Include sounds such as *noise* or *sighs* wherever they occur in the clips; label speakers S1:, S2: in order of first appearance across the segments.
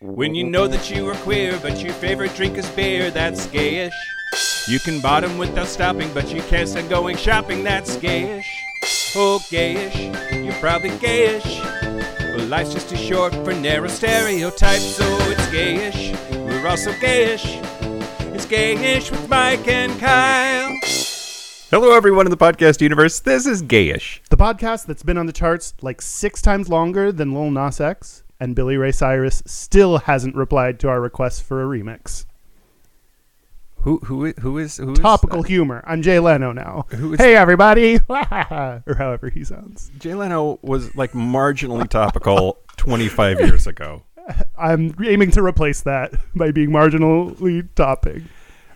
S1: When you know that you are queer, but your favorite drink is beer, that's gayish. You can bottom without stopping, but you can't stand going shopping, that's gayish. Oh, gayish, you're probably gayish. But life's just too short for narrow stereotypes, so it's gayish. We're also gayish. It's gayish with Mike and Kyle.
S2: Hello, everyone in the podcast universe. This is Gayish.
S3: The podcast that's been on the charts like six times longer than Lil Nas X, and Billy Ray Cyrus still hasn't replied to our request for a remix.
S2: Who who i- who is who is
S3: Topical humor. I'm Jay Leno now.
S2: Who is-
S3: hey, everybody! *laughs* or however he sounds.
S2: Jay Leno was like marginally topical 25 years ago.
S3: I'm aiming to replace that *laughs* by being marginally topping.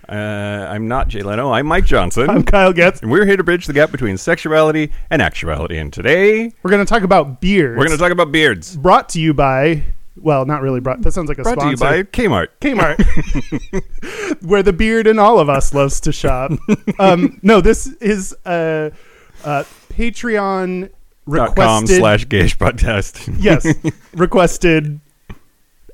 S2: Uh, I'm not Jay Leno. I'm Mike Johnson,
S3: I'm Kyle Getz.
S2: and we're here to bridge the gap between sexuality and actuality. And today
S3: We're going to talk about beers.
S2: we're going to talk about beards.
S3: Brought to you by, well, not really brought. That sounds like a
S2: Brought to you
S3: sponsor.
S2: by Kmart.
S3: Kmart, *laughs* where the beard in all of us loves
S2: *laughs*
S3: to shop. Um, no, this is a, a Patreon
S2: Dot com
S3: requested.
S2: slash gayish
S3: *laughs*
S2: podcast. *laughs*
S3: yes, requested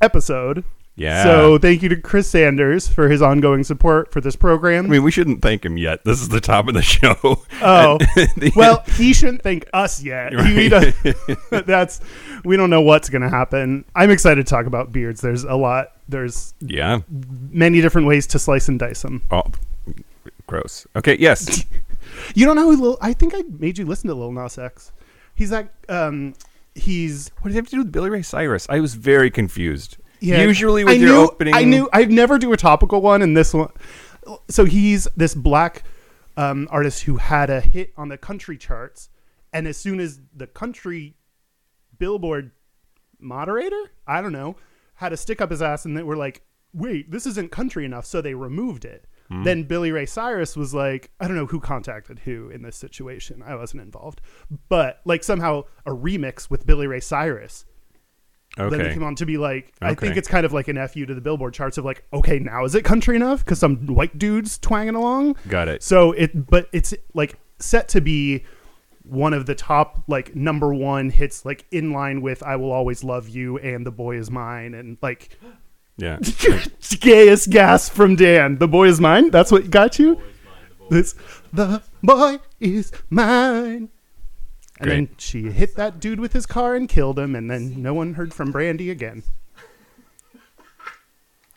S3: episode.
S2: yeah.
S3: So thank you to Chris Sanders for his ongoing support for this program.
S2: I mean, we shouldn't thank him yet. This is the top of the show. *laughs*
S3: Oh.
S2: The- *laughs*
S3: well, he shouldn't thank us yet. He- we don't- *laughs* that's we don't know what's going to happen. I'm excited to talk about beards. There's a lot. There's
S2: yeah.
S3: many different ways to slice and dice them.
S2: Oh, gross. Okay.
S3: *laughs*
S2: Yes.
S3: You don't know who Lil? I think I made you listen to Lil Nas X. He's that. Um, he's
S2: What does it have to do with Billy Ray Cyrus? I was very confused.
S3: yeah,
S2: Usually with
S3: I
S2: your
S3: knew,
S2: opening,
S3: I knew I'd never do a topical one, and this one. So he's this black um, artist who had a hit on the country charts, and as soon as the country Billboard moderator, I don't know, had a stick up his ass, and they were like, "Wait, this isn't country enough," so they removed it.
S2: Hmm.
S3: Then Billy Ray Cyrus was like, I don't know who contacted who in this situation. I wasn't involved, but like somehow a remix with Billy Ray Cyrus then it
S2: Okay.
S3: came on to be like i
S2: Okay.
S3: think it's kind of like an fu to the billboard charts of like okay now is it country enough because some white dudes twanging along
S2: Got it.
S3: so it but it's like set to be one of the top like number one hits like in line with i will always love you and the boy is mine and like
S2: Yeah.
S3: *laughs* gayest gas from dan the boy is mine that's what got you it's the boy is mine and then
S2: Great.
S3: she hit that dude with his car and killed him and then no one heard from brandy again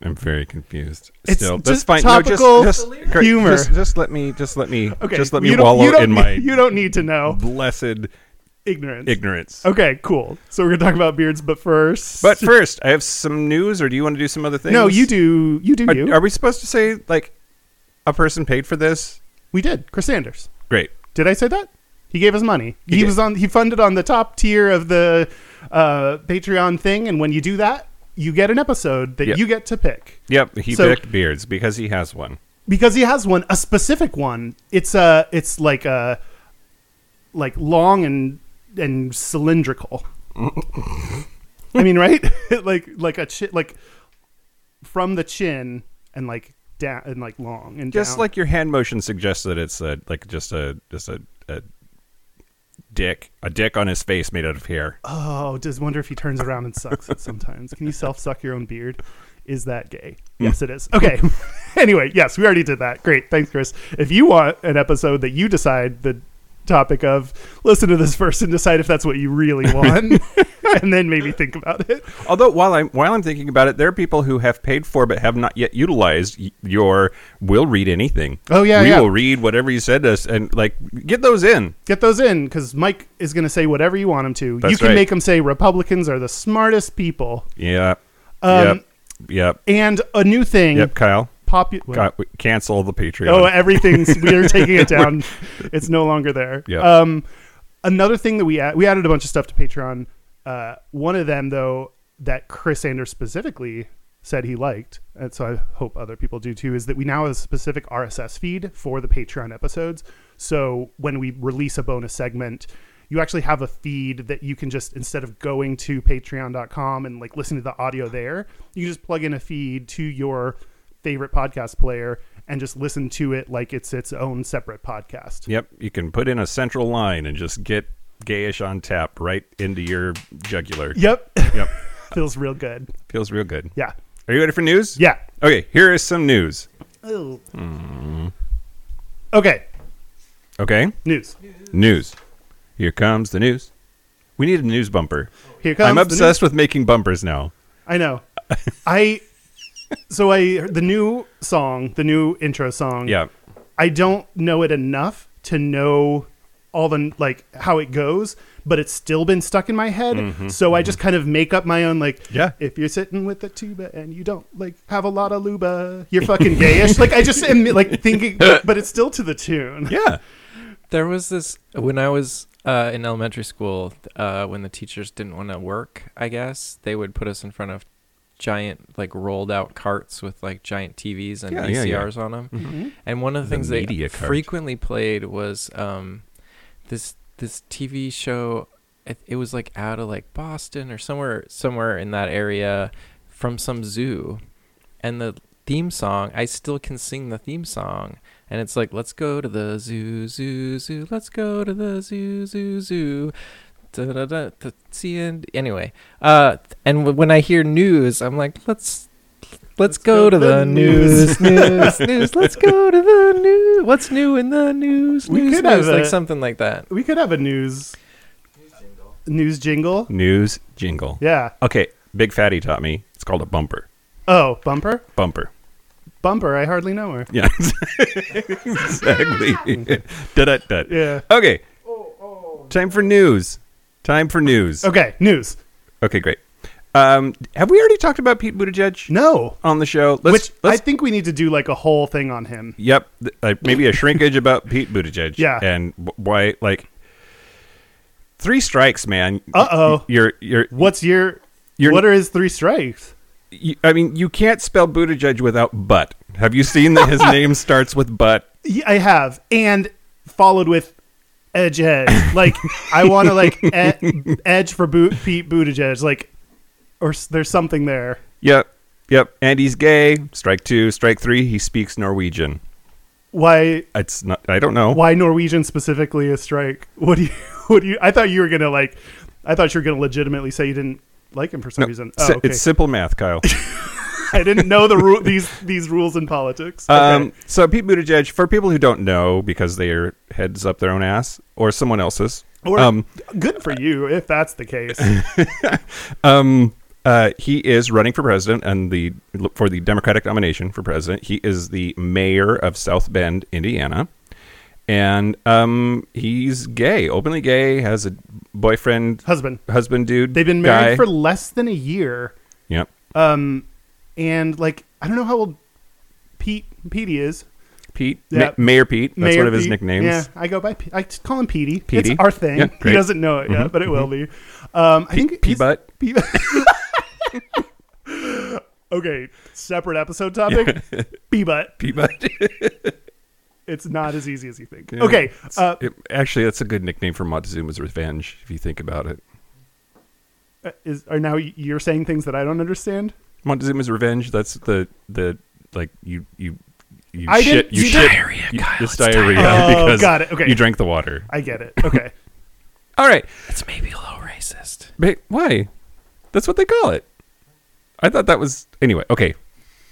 S2: I'm very confused.
S3: It's
S2: Still, that's
S3: just
S2: fine.
S3: topical
S2: no, just, just great.
S3: *laughs* humor.
S2: Just, just let me. Just let me.
S3: Okay.
S2: Just let
S3: you
S2: me
S3: don't-
S2: wallow
S3: you don't *laughs*
S2: in
S3: need-
S2: my
S3: You don't need to know
S2: blessed
S3: ignorance.
S2: ignorance.
S3: okay, cool. So we're gonna talk about beards, but first,
S2: But first, I have some news, or do you want to do some other things?
S3: no, you do. You do.
S2: Are,
S3: you.
S2: are we supposed to say like a person paid for this?
S3: we did. Chris Sanders.
S2: Great.
S3: Did I say that? He gave us money. He,
S2: did.
S3: was on. He funded on the top tier of the uh, Patreon thing, and when you do that, you get an episode that
S2: Yep.
S3: you get to pick
S2: Yep. He
S3: So-
S2: picked beards because he has one.
S3: because he has one, a specific one. It's a. It's like a, like long and
S2: *laughs*
S3: and cylindrical. I mean, right? *laughs* like like a chin, like from the chin and like down and like long and
S2: Just
S3: down.
S2: like your hand motion suggests that it's a like just a just a, a dick a dick on his face made out of hair.
S3: oh, just wonder if he turns around and sucks it sometimes. Can you self suck your own beard? Is that gay? Yes, it is. Okay. *laughs* anyway, yes, we already did that. Great, thanks, Chris. If you want an episode that you decide the topic of, listen to this first and decide if that's what you really
S2: *laughs*
S3: want, *laughs* and then maybe think about it.
S2: Although while I'm while I'm thinking about it, there are people who have paid for but have not yet utilized y- your "We'll read anything."
S3: Oh, yeah,
S2: we
S3: yeah.
S2: will read whatever you said to us, and like get those in.
S3: Get those in because Mike is going to say whatever you want him to.
S2: That's
S3: you can
S2: right.
S3: make him say Republicans are the smartest people.
S2: Yeah.
S3: Um,
S2: yep. Yep.
S3: And a new thing,
S2: Yep. Kyle,
S3: popu-
S2: Kyle, we- cancel the
S3: Oh,
S2: Patreon.
S3: everything's we are taking it down. it's no longer there.
S2: Yeah.
S3: Um, another thing that we add, we added a bunch of stuff to Patreon. Uh, one of them though that Chris Sanders specifically said he liked, and so I hope other people do too, is that we now have a specific RSS feed for the Patreon episodes. So when we release a bonus segment. You actually have a feed that you can just instead of going to patreon.com and like listen to the audio there, you can just plug in a feed to your favorite podcast player and just listen to it like it's its own separate podcast.
S2: yep. You can put in a central line and just get gayish on tap right into your jugular.
S3: Yep. *laughs*
S2: Yep.
S3: Feels real good.
S2: Feels real good.
S3: Yeah.
S2: Are you ready for news?
S3: Yeah.
S2: Okay, here is some news.
S3: Okay.
S2: Okay?
S3: News.
S2: News. Here comes the news. We need a news bumper.
S3: Here comes.
S2: I'm
S3: the
S2: obsessed with making bumpers now.
S3: news. I know. I. So I the new song, the new intro song. *laughs*
S2: Yeah.
S3: I don't know it enough to know all the like how it goes, but it's still been stuck in my head. so I just kind of make up my own like,
S2: Mm-hmm. Yeah.
S3: If you're sitting with a tuba and you don't like have a lot of luba, you're fucking gayish. like I just am like thinking, but it's still to the tune.
S2: Yeah.
S4: There was this when I was uh, in elementary school. Uh, when the teachers didn't want to work, I guess they would put us in front of giant, like rolled out carts with like giant TVs and
S2: Yeah, yeah,
S4: VCRs
S2: yeah.
S4: on them. And one of the, things they
S2: media cart.
S4: frequently played was um, this this TV show. It, it was like out of like Boston or somewhere somewhere in that area from some zoo, and the theme song. I still can sing the theme song, and it's like, let's go to the zoo, zoo, zoo. Let's go to the zoo, zoo, zoo. Da, da, da, da, see and anyway, uh, and w- when I hear news, I'm like, let's. Let's, go, to the,
S3: *laughs*
S4: news, *laughs* news, news. Let's go to the news. What's new in the news?
S3: We
S4: news,
S3: could have
S4: news, like
S3: a-
S4: something like that.
S3: We could have a news news jingle.
S2: News jingle.
S3: Yeah.
S2: Okay, Big Fatty taught me. It's called a bumper.
S3: Oh, bumper,
S2: Bumper.
S3: bumper. I hardly know her.
S2: Yeah. *laughs* exactly.
S3: *laughs*
S2: da, da, da.
S3: Yeah.
S2: Okay. Time for news. Time for news.
S3: Okay. News.
S2: Okay, great. Um, have we already talked about Pete Buttigieg
S3: No.
S2: on the show? Let's,
S3: Which
S2: let's,
S3: I think we need to do like a whole thing on him.
S2: yep, th- uh, maybe a shrinkage about Pete Buttigieg.
S3: Yeah.
S2: and wh- why? Like three strikes, man.
S3: Uh-oh.
S2: You're you're.
S3: What's your?
S2: Your-
S3: what are his three strikes?
S2: You, I mean, you can't spell Buttigieg without butt. Have you seen that his
S3: *laughs*
S2: name starts with butt?
S3: Yeah, I have, and followed with edge head.
S2: *laughs*
S3: Like I want to like e- edge for boot Pete Buttigieg. Like, or s- there's something there.
S2: Yep, yep. And he's gay. Strike two. Strike three. He speaks Norwegian.
S3: Why?
S2: It's not. I don't know.
S3: Why Norwegian specifically a strike? What do you? *laughs* What do you? I thought you were gonna like. I thought you were gonna legitimately say you didn't like him for some
S2: No,
S3: reason.
S2: si-
S3: Oh, okay.
S2: It's simple math,
S3: *laughs*
S2: Kyle.
S3: I didn't know
S2: *laughs*
S3: the rule. These these rules in politics. Okay.
S2: Um, so Pete Buttigieg, for people who don't know, because they are heads up their own ass or someone else's,
S3: Or-
S2: um,
S3: good for you if that's
S2: *laughs*
S3: the case.
S2: um, uh, he is running for president and the for the Democratic nomination for president. He is the mayor of South Bend, Indiana, and um, he's gay, openly gay, has a boyfriend,
S3: Husband.
S2: husband, dude.
S3: They've been married
S2: guy.
S3: for less than a year.
S2: yep.
S3: Um, and like I don't know how old Pete Pete is.
S2: Pete,
S3: Yeah.
S2: Ma- Mayor Pete. That's
S3: Mayor
S2: one of his
S3: Pete.
S2: nicknames.
S3: Yeah, I go by P- I just call him Petey.
S2: Petey.
S3: It's our thing.
S2: Yeah,
S3: he
S2: great. Mm-hmm.
S3: doesn't know it yet, but it will be. Um, I think
S2: Pee
S3: he's-
S2: butt.
S3: Pete. *laughs* okay, separate episode topic.
S2: *laughs*
S3: Pee butt.
S2: Pete butt. *laughs*
S3: It's not as easy as you think.
S2: Yeah.
S3: Okay. Uh,
S2: It- actually, that's a good nickname for Montezuma's Revenge, if you think about it.
S3: is are now you're saying things that I don't understand?
S2: Montezuma's Revenge. That's the the like you you you
S3: I
S2: shit
S3: didn't-
S2: you
S3: you
S2: shit
S4: diarrhea,
S2: you,
S4: Kyle,
S2: this
S4: it's diarrhea.
S2: diarrhea *laughs*
S3: Oh,
S2: because
S3: got it. Okay.
S2: you drank the water.
S3: I get it. Okay.
S2: All right,
S4: It's maybe a little racist.
S2: but why? That's what they call it. I thought that was anyway. Okay,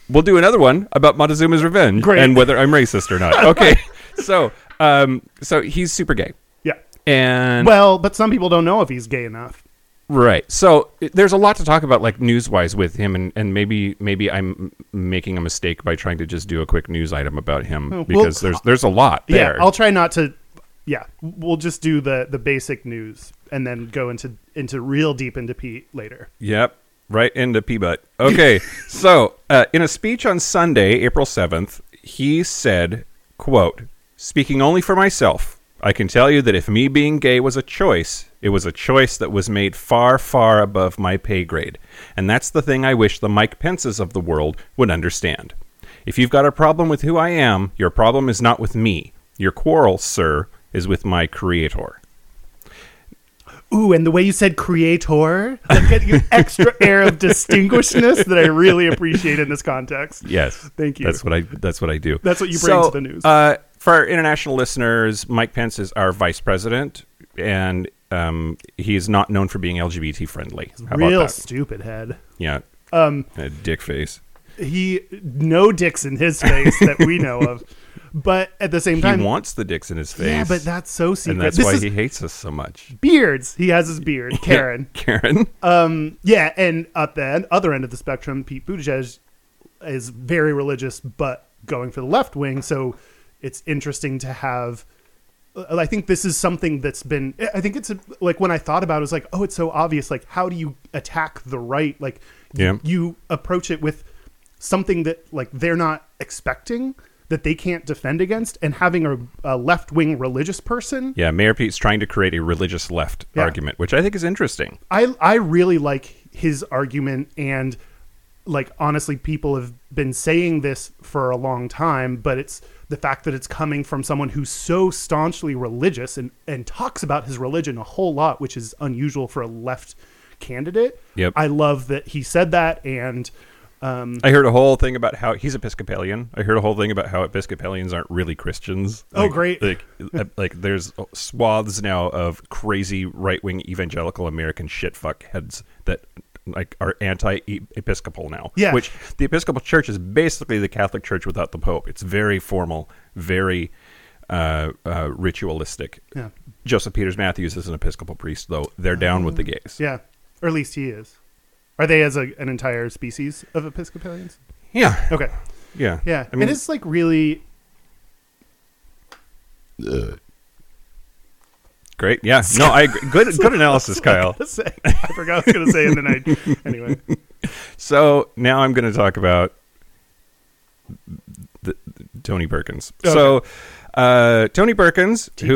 S2: we'll do another one about Montezuma's Revenge
S3: Great.
S2: and whether I'm racist or
S3: *laughs*
S2: not. Okay, so um, so he's super gay
S3: yeah.
S2: and
S3: Well, but some people don't know if he's gay enough.
S2: Right. So it- there's a lot to talk about, like news-wise, with him, and, and maybe maybe I'm m- making a mistake by trying to just do a quick news item about him
S3: Oh, well,
S2: because there's there's a lot there.
S3: Yeah, I'll try not to. Yeah, we'll just do the the basic news and then go into into real deep into Pete later.
S2: Yep. Right into pee butt. Okay. so uh, in a speech on Sunday, April seventh, he said, "quote Speaking only for myself, I can tell you that if me being gay was a choice, it was a choice that was made far, far above my pay grade, and that's the thing I wish the Mike Pences of the world would understand. If you've got a problem with who I am, your problem is not with me. Your quarrel, sir, is with my creator."
S3: Ooh, and the way you said creator, that gave
S2: *laughs*
S3: you extra air of distinguishedness that I really appreciate in this context.
S2: Yes.
S3: *laughs* Thank you.
S2: That's what I that's what I do.
S3: That's what you bring
S2: So,
S3: to the news.
S2: Uh, for our international listeners, Mike Pence is our vice president and um, he's not known for being LGBT friendly. How
S3: Real
S2: about that?
S3: stupid head.
S2: Yeah. Um, dick face.
S3: He no dicks in his face that we
S2: *laughs*
S3: know of. But at the same
S2: He
S3: time,
S2: wants the dicks in his face.
S3: yeah, but that's so secret.
S2: and that's
S3: this
S2: why
S3: is
S2: he hates us so much. *laughs*
S3: beards. He has his beard, Karen.
S2: Karen.
S3: Um, yeah, and at the end, other end of the spectrum, Pete Buttigieg is very religious, but going for the left wing. So it's interesting to have. uh, I think this is something that's been. I think it's a, like when I thought about it, it was like, oh, it's so obvious. Like, how do you attack the right? Like,
S2: Yeah.
S3: you approach it with something that like they're not expecting that they can't defend against, and having a, a left wing religious person
S2: Yeah, Mayor Pete's trying to create a religious left
S3: Yeah.
S2: argument, which I think is interesting.
S3: I I really like his argument and like honestly people have been saying this for a long time but it's the fact that it's coming from someone who's so staunchly religious and and talks about his religion a whole lot which is unusual for a left candidate
S2: Yep.
S3: i love that he said that and um
S2: I heard a whole thing about how he's Episcopalian. I heard a whole thing about how Episcopalians aren't really Christians.
S3: Oh,
S2: Like-
S3: great.
S2: Like, uh, like there's swaths now of crazy right wing evangelical American shitfuck heads that like are anti Episcopal now.
S3: Yeah.
S2: Which the Episcopal Church is basically the Catholic Church without the Pope. It's very formal, very uh, uh, ritualistic.
S3: Yeah.
S2: Joseph Peters Matthews is an Episcopal priest, though they're down with the gays.
S3: Mm. yeah or at least he is are they as a, an entire species of episcopalians
S2: Yeah.
S3: okay
S2: Yeah.
S3: yeah
S2: I mean,
S3: and it's like really *laughs*
S2: great. Yeah. No, I agree. Good,
S3: *laughs*
S2: good analysis, Kyle.
S3: I forgot what I was going to say, and then I. Anyway.
S2: So now I'm going to talk about the, Tony Perkins.
S3: Okay.
S2: So uh, Tony Perkins, who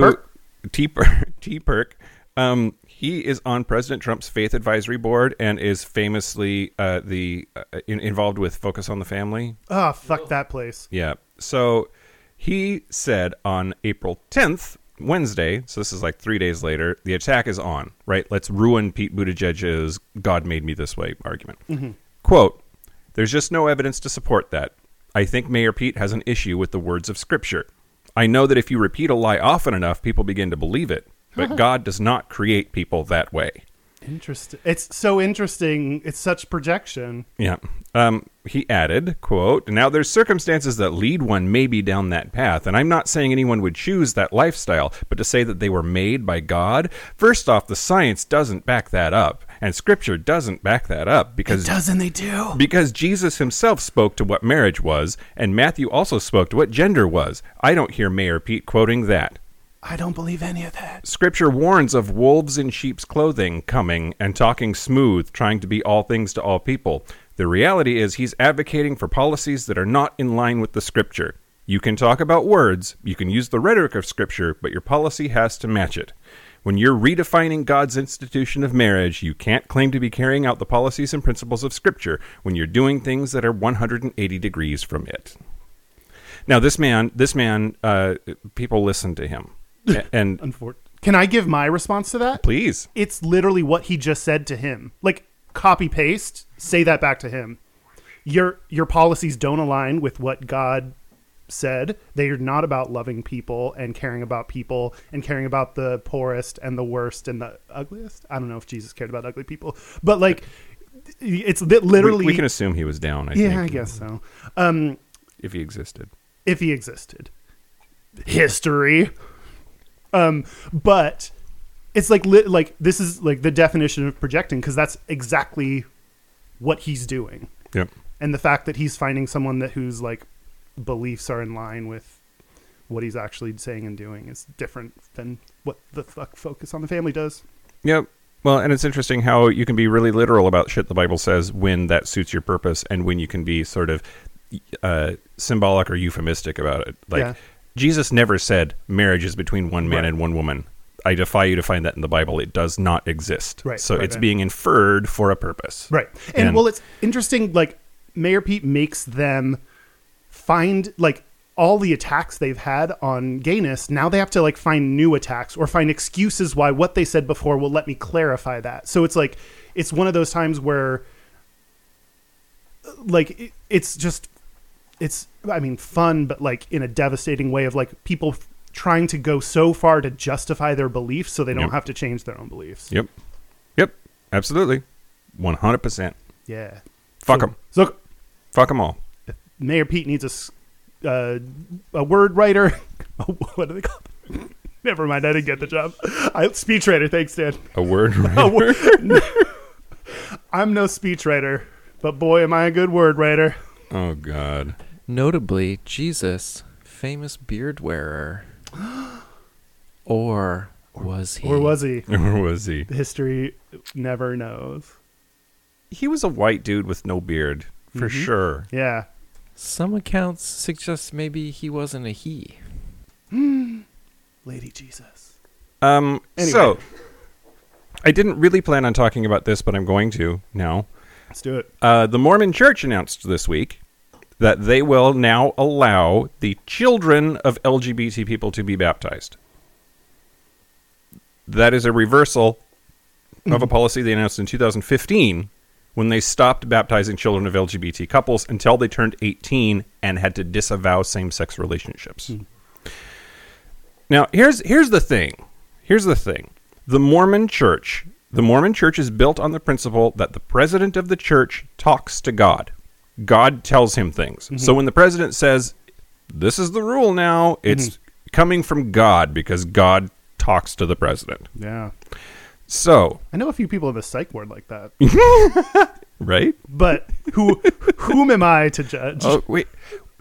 S3: T-Perk?
S2: T Perk, *laughs* T Perk, um, he is on President Trump's Faith Advisory Board and is famously uh, the uh, in, involved with Focus on the Family.
S3: Oh, fuck that place.
S2: Yeah. So he said on April 10th, Wednesday, so this is like three days later, the attack is on, right? Let's ruin Pete Buttigieg's God made me this way argument. Quote, there's just no evidence to support that. I think Mayor Pete has an issue with the words of Scripture. I know that if you repeat a lie often enough, people begin to believe it, but God does not create people that way.
S3: Interesting. It's so interesting. It's such projection.
S2: Yeah. Um, he added, quote, Now there's circumstances that lead one maybe down that path, and I'm not saying anyone would choose that lifestyle, but to say that they were made by God, first off, the science doesn't back that up, and scripture doesn't back that up because
S3: Doesn't they do?
S2: because Jesus himself spoke to what marriage was, and Matthew also spoke to what gender was. I don't hear Mayor Pete quoting that.
S3: I don't believe any of that.
S2: Scripture warns of wolves in sheep's clothing coming and talking smooth, trying to be all things to all people. The reality is, he's advocating for policies that are not in line with the Scripture. You can talk about words, you can use the rhetoric of Scripture, but your policy has to match it. When you're redefining God's institution of marriage, you can't claim to be carrying out the policies and principles of Scripture when you're doing things that are 180 degrees from it. Now, this man, this man, uh, people listen to him, A- and
S3: Unfor- Can I give my response to that?
S2: Please.
S3: It's literally what he just said to him. Like copy paste, say that back to him. Your your policies don't align with what God said. They are not about loving people and caring about people and caring about the poorest and the worst and the ugliest. I don't know if Jesus cared about ugly people, but like it's li-
S2: We,
S3: literally
S2: we can assume he was down, I
S3: Yeah, I
S2: think,
S3: guess so. Um,
S2: if he existed.
S3: if he existed, history. Um, but it's like li- like this is like the definition of projecting because that's exactly what he's doing,
S2: Yep.
S3: and the fact that he's finding someone that whose like beliefs are in line with what he's actually saying and doing is different than what the fuck focus on the family does.
S2: Yep. Well, and it's interesting how you can be really literal about shit the Bible says when that suits your purpose and when you can be sort of uh, symbolic or euphemistic about it. Like,
S3: Yeah.
S2: Jesus never said marriage is between one man
S3: Right.
S2: and one woman. I defy you to find that in the Bible. It does not exist.
S3: Right,
S2: So
S3: right,
S2: it's
S3: right.
S2: being inferred for a purpose.
S3: Right. And,
S2: And-
S3: well, it's interesting. Like Mayor Pete makes them find like all the attacks they've had on gayness. Now they have to like find new attacks or find excuses why what they said before will let me clarify that. So it's like it's one of those times where like it, it's just it's I mean fun, but like in a devastating way of like people f- trying to go so far to justify their beliefs so they don't
S2: Yep.
S3: have to change their own beliefs.
S2: Yep. Yep. Absolutely. 100%.
S3: Yeah.
S2: Fuck
S3: So-
S2: them.
S3: So
S2: Fuck them all.
S3: Mayor Pete needs a, s- uh, a word writer. *laughs* what are they called? *laughs* Never mind. I didn't get the job. I, speech writer.
S2: *laughs*
S3: Thanks, Dan.
S2: A word
S3: A *laughs*
S2: right.
S3: wo- I'm no speech writer, but boy, am I a good word writer.
S2: oh, God.
S4: Notably, Jesus, famous
S3: *gasps*
S4: beard wearer. Or was he?
S3: Or was he?
S2: *laughs* Where was he?
S3: History never knows.
S2: He was a white dude with no beard, for sure.
S3: Yeah.
S4: Some accounts suggest maybe he wasn't a he.
S3: Lady Jesus.
S2: Um,
S3: Anyway.
S2: So, I didn't really plan on talking about this, but I'm going to now.
S3: Let's do it.
S2: Uh, the Mormon Church announced this week that they will now allow the children of LGBT people to be baptized. That is a reversal of a policy they announced in 2015 when they stopped baptizing children of LGBT couples until they turned 18 and had to disavow same sex relationships. Now, here's here's the thing. Here's the thing. The Mormon Church, the Mormon Church is built on the principle that the president of the church talks to God. God tells him things. So when the president says, "This is the rule now," it's coming from God because God talks to the president.
S3: Yeah.
S2: So,
S3: I know a few people in the psych ward
S2: *laughs*
S3: like that,
S2: right?
S3: but who whom am I to judge?
S2: Oh wait,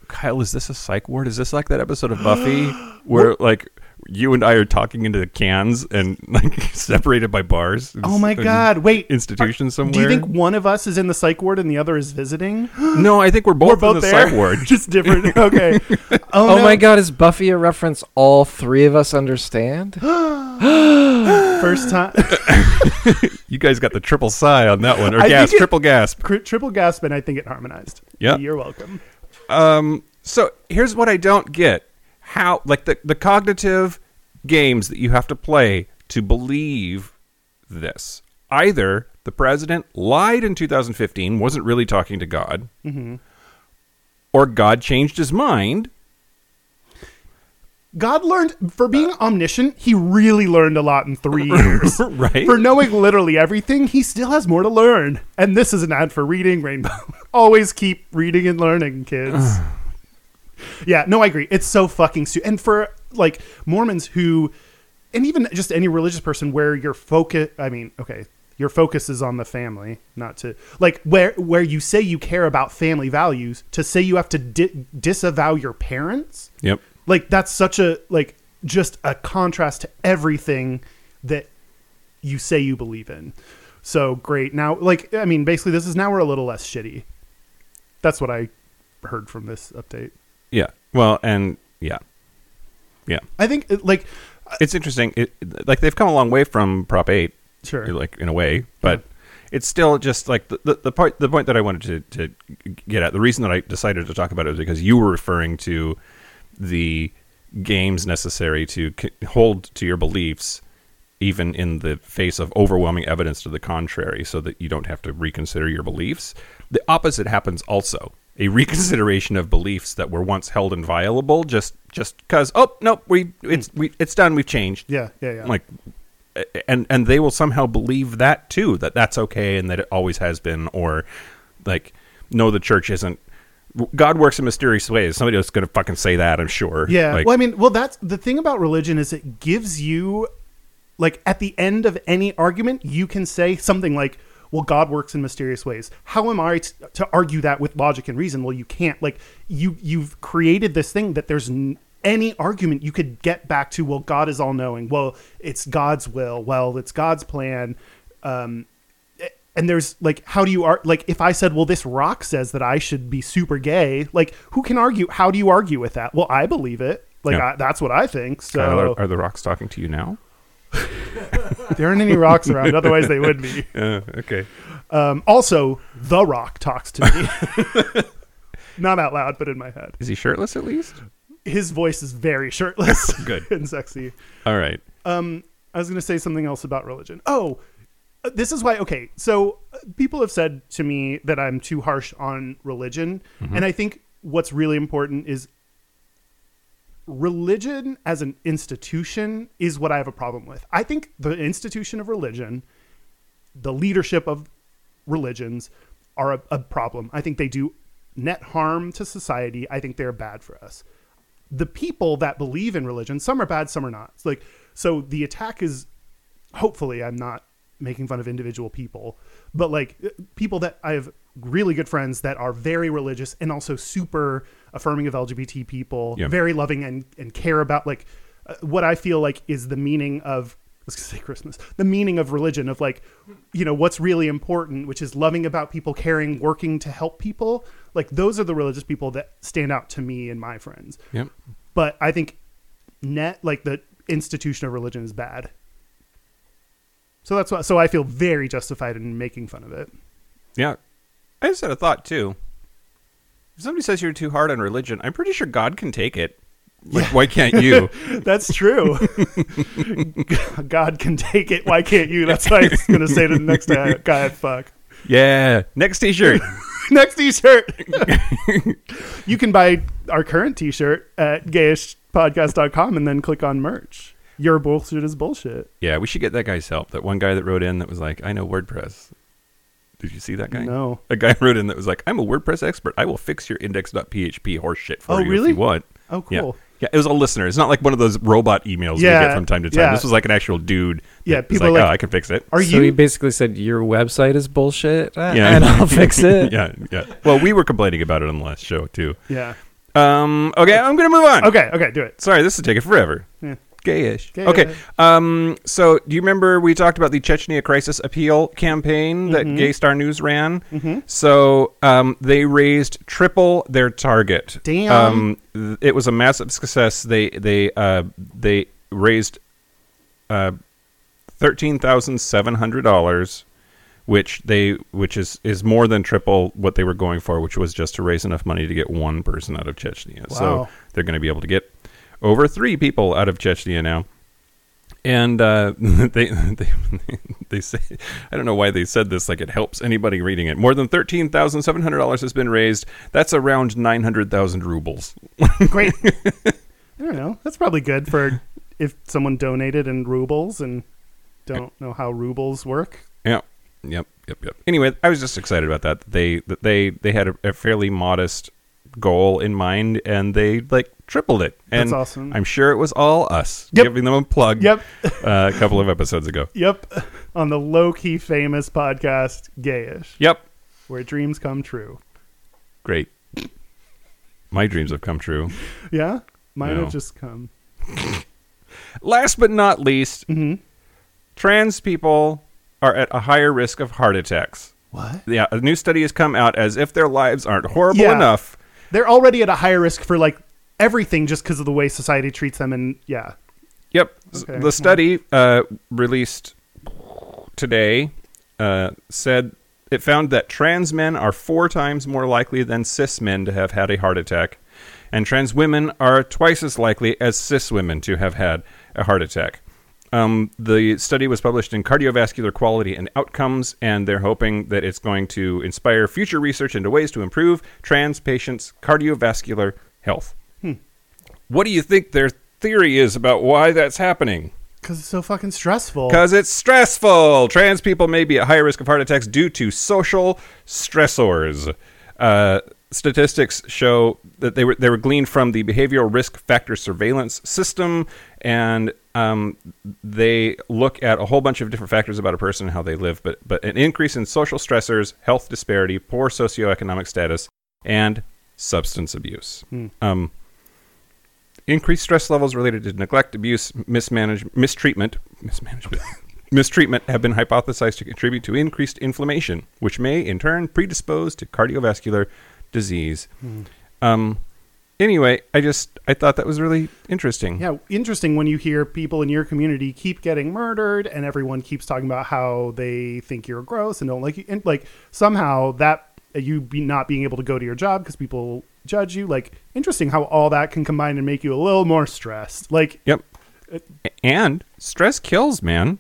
S2: Kyle, is this a psych ward? Is this like that episode of *gasps* Buffy where like you and I are talking into the cans and like *laughs* separated by bars?
S3: Oh my
S2: and
S3: God! Wait,
S2: Institution somewhere.
S3: do you think one of us is in the psych ward and the other is visiting?
S2: No, I think we're both,
S3: We're both
S2: in the
S3: there.
S2: psych ward.
S3: *laughs* Just different. Okay. Oh,
S4: Oh
S3: no.
S4: my god, is Buffy a reference all three of
S3: *gasps*
S4: us understand?
S3: First time. *laughs*
S2: You guys got the triple sigh on that one, or
S3: I
S2: gasp,
S3: think it-
S2: triple gasp.
S3: Cri- Triple gasp, and I think it harmonized.
S2: Yeah.
S3: You're welcome.
S2: Um, so here's what I don't get: how, like the the cognitive games that you have to play to believe this. Either the president lied in 2015, wasn't really talking to God,
S3: Mm-hmm.
S2: or God changed his mind.
S3: God learned for being omniscient. He really learned a lot in three years.
S2: Right.
S3: For knowing literally everything, he still has more to learn. And this is an ad for reading Rainbow. *laughs* Always keep reading and learning, kids. yeah. No, I agree. It's so fucking stupid. And for like Mormons who, and even just any religious person, where your focus. I mean, okay. Your focus is on the family, not to like where where you say you care about family values. To say you have to di- disavow your parents,
S2: Yep.
S3: like that's such a like just a contrast to everything that you say you believe in so great now like i mean basically this is now we're a little less shitty that's what i heard from this update
S2: Yeah. Well, and yeah, yeah.
S3: i think it- like
S2: It's interesting. It, like they've come a long way from Prop Eight.
S3: sure
S2: like in a way, but it's still just like the, the, the part the point that I wanted to, to get at. The reason that I decided to talk about it is because you were referring to the games necessary to c- hold to your beliefs, even in the face of overwhelming evidence to the contrary, so that you don't have to reconsider your beliefs. The opposite happens also. A reconsideration of beliefs that were once held inviolable, just just because. Oh nope, we it's we it's done. We've changed
S3: yeah yeah yeah
S2: like a- and and they will somehow believe that too that that's okay and that it always has been or like no the church isn't god works in mysterious ways somebody else going to fucking say that i'm sure
S3: Yeah.
S2: Like,
S3: well, I mean, well, that's the thing about religion is it gives you, like, at the end of any argument, you can say something like, "Well, God works in mysterious ways." How am I t- to argue that with logic and reason? Well, you can't. Like, you you've created this thing that there's n- any argument you could get back to. Well, God is all knowing. Well, it's God's will. Well, it's God's plan. Um, and there's like how do you ar- like if i said well this rock says that i should be super gay like who can argue how do you argue with that well i believe it like
S2: Yeah.
S3: I, that's what i think
S2: Kyle,
S3: so
S2: are, are the rocks talking to you now
S3: there aren't any rocks around otherwise they would be
S2: uh, okay
S3: um, also the rock talks to me *laughs* not out loud but in my head
S2: is he shirtless at least
S3: his voice is very shirtless
S2: Good.
S3: *laughs* and sexy
S2: all right
S3: I was going to say something else about religion. Oh, uh, this is why. Okay, so uh, people have said to me that I'm too harsh on religion, and I think what's really important is religion as an institution is what I have a problem with. I think the institution of religion, the leadership of religions, are a, a problem. I think they do net harm to society. I think they're bad for us. The people that believe in religion, some are bad, some are not. It's like so, the attack is hopefully I'm not making fun of individual people, but like uh, people that I have really good friends that are very religious and also super affirming of LGBT people,
S2: Yeah.
S3: very loving and, and care about like uh, what I feel like is the meaning of I was gonna say Christmas, the meaning of religion of like, you know, what's really important, which is loving about people, caring, working to help people. Like those are the religious people that stand out to me and my friends.
S2: Yep.
S3: But I think net like the institution of religion is bad. So that's why. So I feel very justified in making fun of it.
S2: Yeah. I just had a thought too. If somebody says you're too hard on religion, I'm pretty sure God can take it. Like, why can't
S3: *laughs*
S2: you?
S3: *laughs* That's *laughs* true. God can take it. Why can't you? That's what I was going to say to the next *laughs* guy. guy I fuck.
S2: yeah. Next T-shirt.
S3: *laughs* Next T-shirt. you can buy our current T-shirt at gayishpodcast.com and then click on merch. Your bullshit is bullshit.
S2: yeah, we should get that guy's help. That one guy that wrote in that was like, "I know WordPress." Did you see that guy?
S3: No.
S2: A guy wrote in that was like, "I'm a WordPress expert. I will fix your index.php horseshit for
S3: Oh,
S2: you if
S3: really?
S2: you want."
S3: Oh,
S2: Yeah.
S3: cool.
S2: Yeah, it was a listener. It's not like one of those robot emails we get
S3: Yeah,
S2: from time to time.
S3: yeah.
S2: This was like an actual dude.
S3: Yeah,
S2: that was
S3: people are
S2: like,
S3: like-
S2: "Oh, I can fix it."
S3: Are
S4: so
S3: you?
S4: he basically said your website is bullshit, uh,
S2: Yeah.
S4: and
S2: *laughs*
S4: I'll fix it.
S2: yeah, yeah. Well, we were complaining about it on the last show too.
S3: yeah.
S2: Um, okay, I'm gonna move on.
S3: Okay. Okay. Do it.
S2: Sorry, this is taking forever.
S3: *laughs* Yeah.
S2: Gayish.
S3: Gay.
S2: Okay. Um, so do you remember we talked about the Chechnya Crisis Appeal campaign that Gay Star News ran? Mm-hmm. So um, they raised triple their target.
S3: Damn.
S2: Um, th- it was a massive success. They they uh, they raised uh, thirteen thousand seven hundred dollars, which they which is is more than triple what they were going for, which was just to raise enough money to get one person out of Chechnya. So
S3: Wow.
S2: they're going to be able to get over three people out of Chechnya now. And uh, *laughs* they, they they say I don't know why they said this like it helps anybody reading it. More than thirteen thousand seven hundred dollars has been raised. That's around nine hundred thousand rubles.
S3: Great. I don't know. That's probably good for if someone donated in rubles and don't know how rubles work.
S2: Yeah. Yep. Yep. Yep. Anyway, I was just excited about that. They that they they had a, a fairly modest goal in mind, and they like tripled it. And
S3: That's awesome.
S2: I'm sure it was all us
S3: Yep.
S2: giving them a plug.
S3: Yep.
S2: uh, a couple of episodes
S3: *laughs*
S2: ago.
S3: Yep. On the low key famous podcast, Gayish,
S2: Yep.
S3: where dreams come true.
S2: Great. My dreams have come true.
S3: Yeah? Mine
S2: No.
S3: have just come.
S2: Last but not least,
S3: Mm-hmm.
S2: trans people are at a higher risk of heart attacks.
S3: What?
S2: Yeah, a new study has come out as if their lives aren't horrible
S3: Yeah.
S2: enough.
S3: They're already at a higher risk for like everything just because of the way society treats them. And yeah.
S2: Yep. S-
S3: Okay.
S2: The study uh, released today uh, said it found that trans men are four times more likely than cis men to have had a heart attack, and trans women are twice as likely as cis women to have had a heart attack. Um, the study was published in Cardiovascular Quality and Outcomes, and they're hoping that it's going to inspire future research into ways to improve trans patients' cardiovascular health. What do you think their theory is about why that's happening?
S3: Because it's so fucking stressful.
S2: Because it's stressful. Trans people may be at higher risk of heart attacks due to social stressors. Uh, statistics show that they were they were gleaned from the behavioral risk factor surveillance system, and um, they look at a whole bunch of different factors about a person and how they live. But but an increase in social stressors, health disparity, poor socioeconomic status, and substance abuse. Um, increased stress levels related to neglect, abuse, mismanage, mistreatment, mismanagement, *laughs* mistreatment have been hypothesized to contribute to increased inflammation, which may in turn predispose to cardiovascular disease.
S3: Hmm.
S2: Um, anyway, I just I thought that was really interesting.
S3: Yeah, interesting when you hear people in your community keep getting murdered and everyone keeps talking about how they think you're gross and don't like you. And like somehow that uh, you be not being able to go to your job because people judge you. Like, interesting how all that can combine and make you a little more stressed. Like,
S2: Yep. And stress kills, man.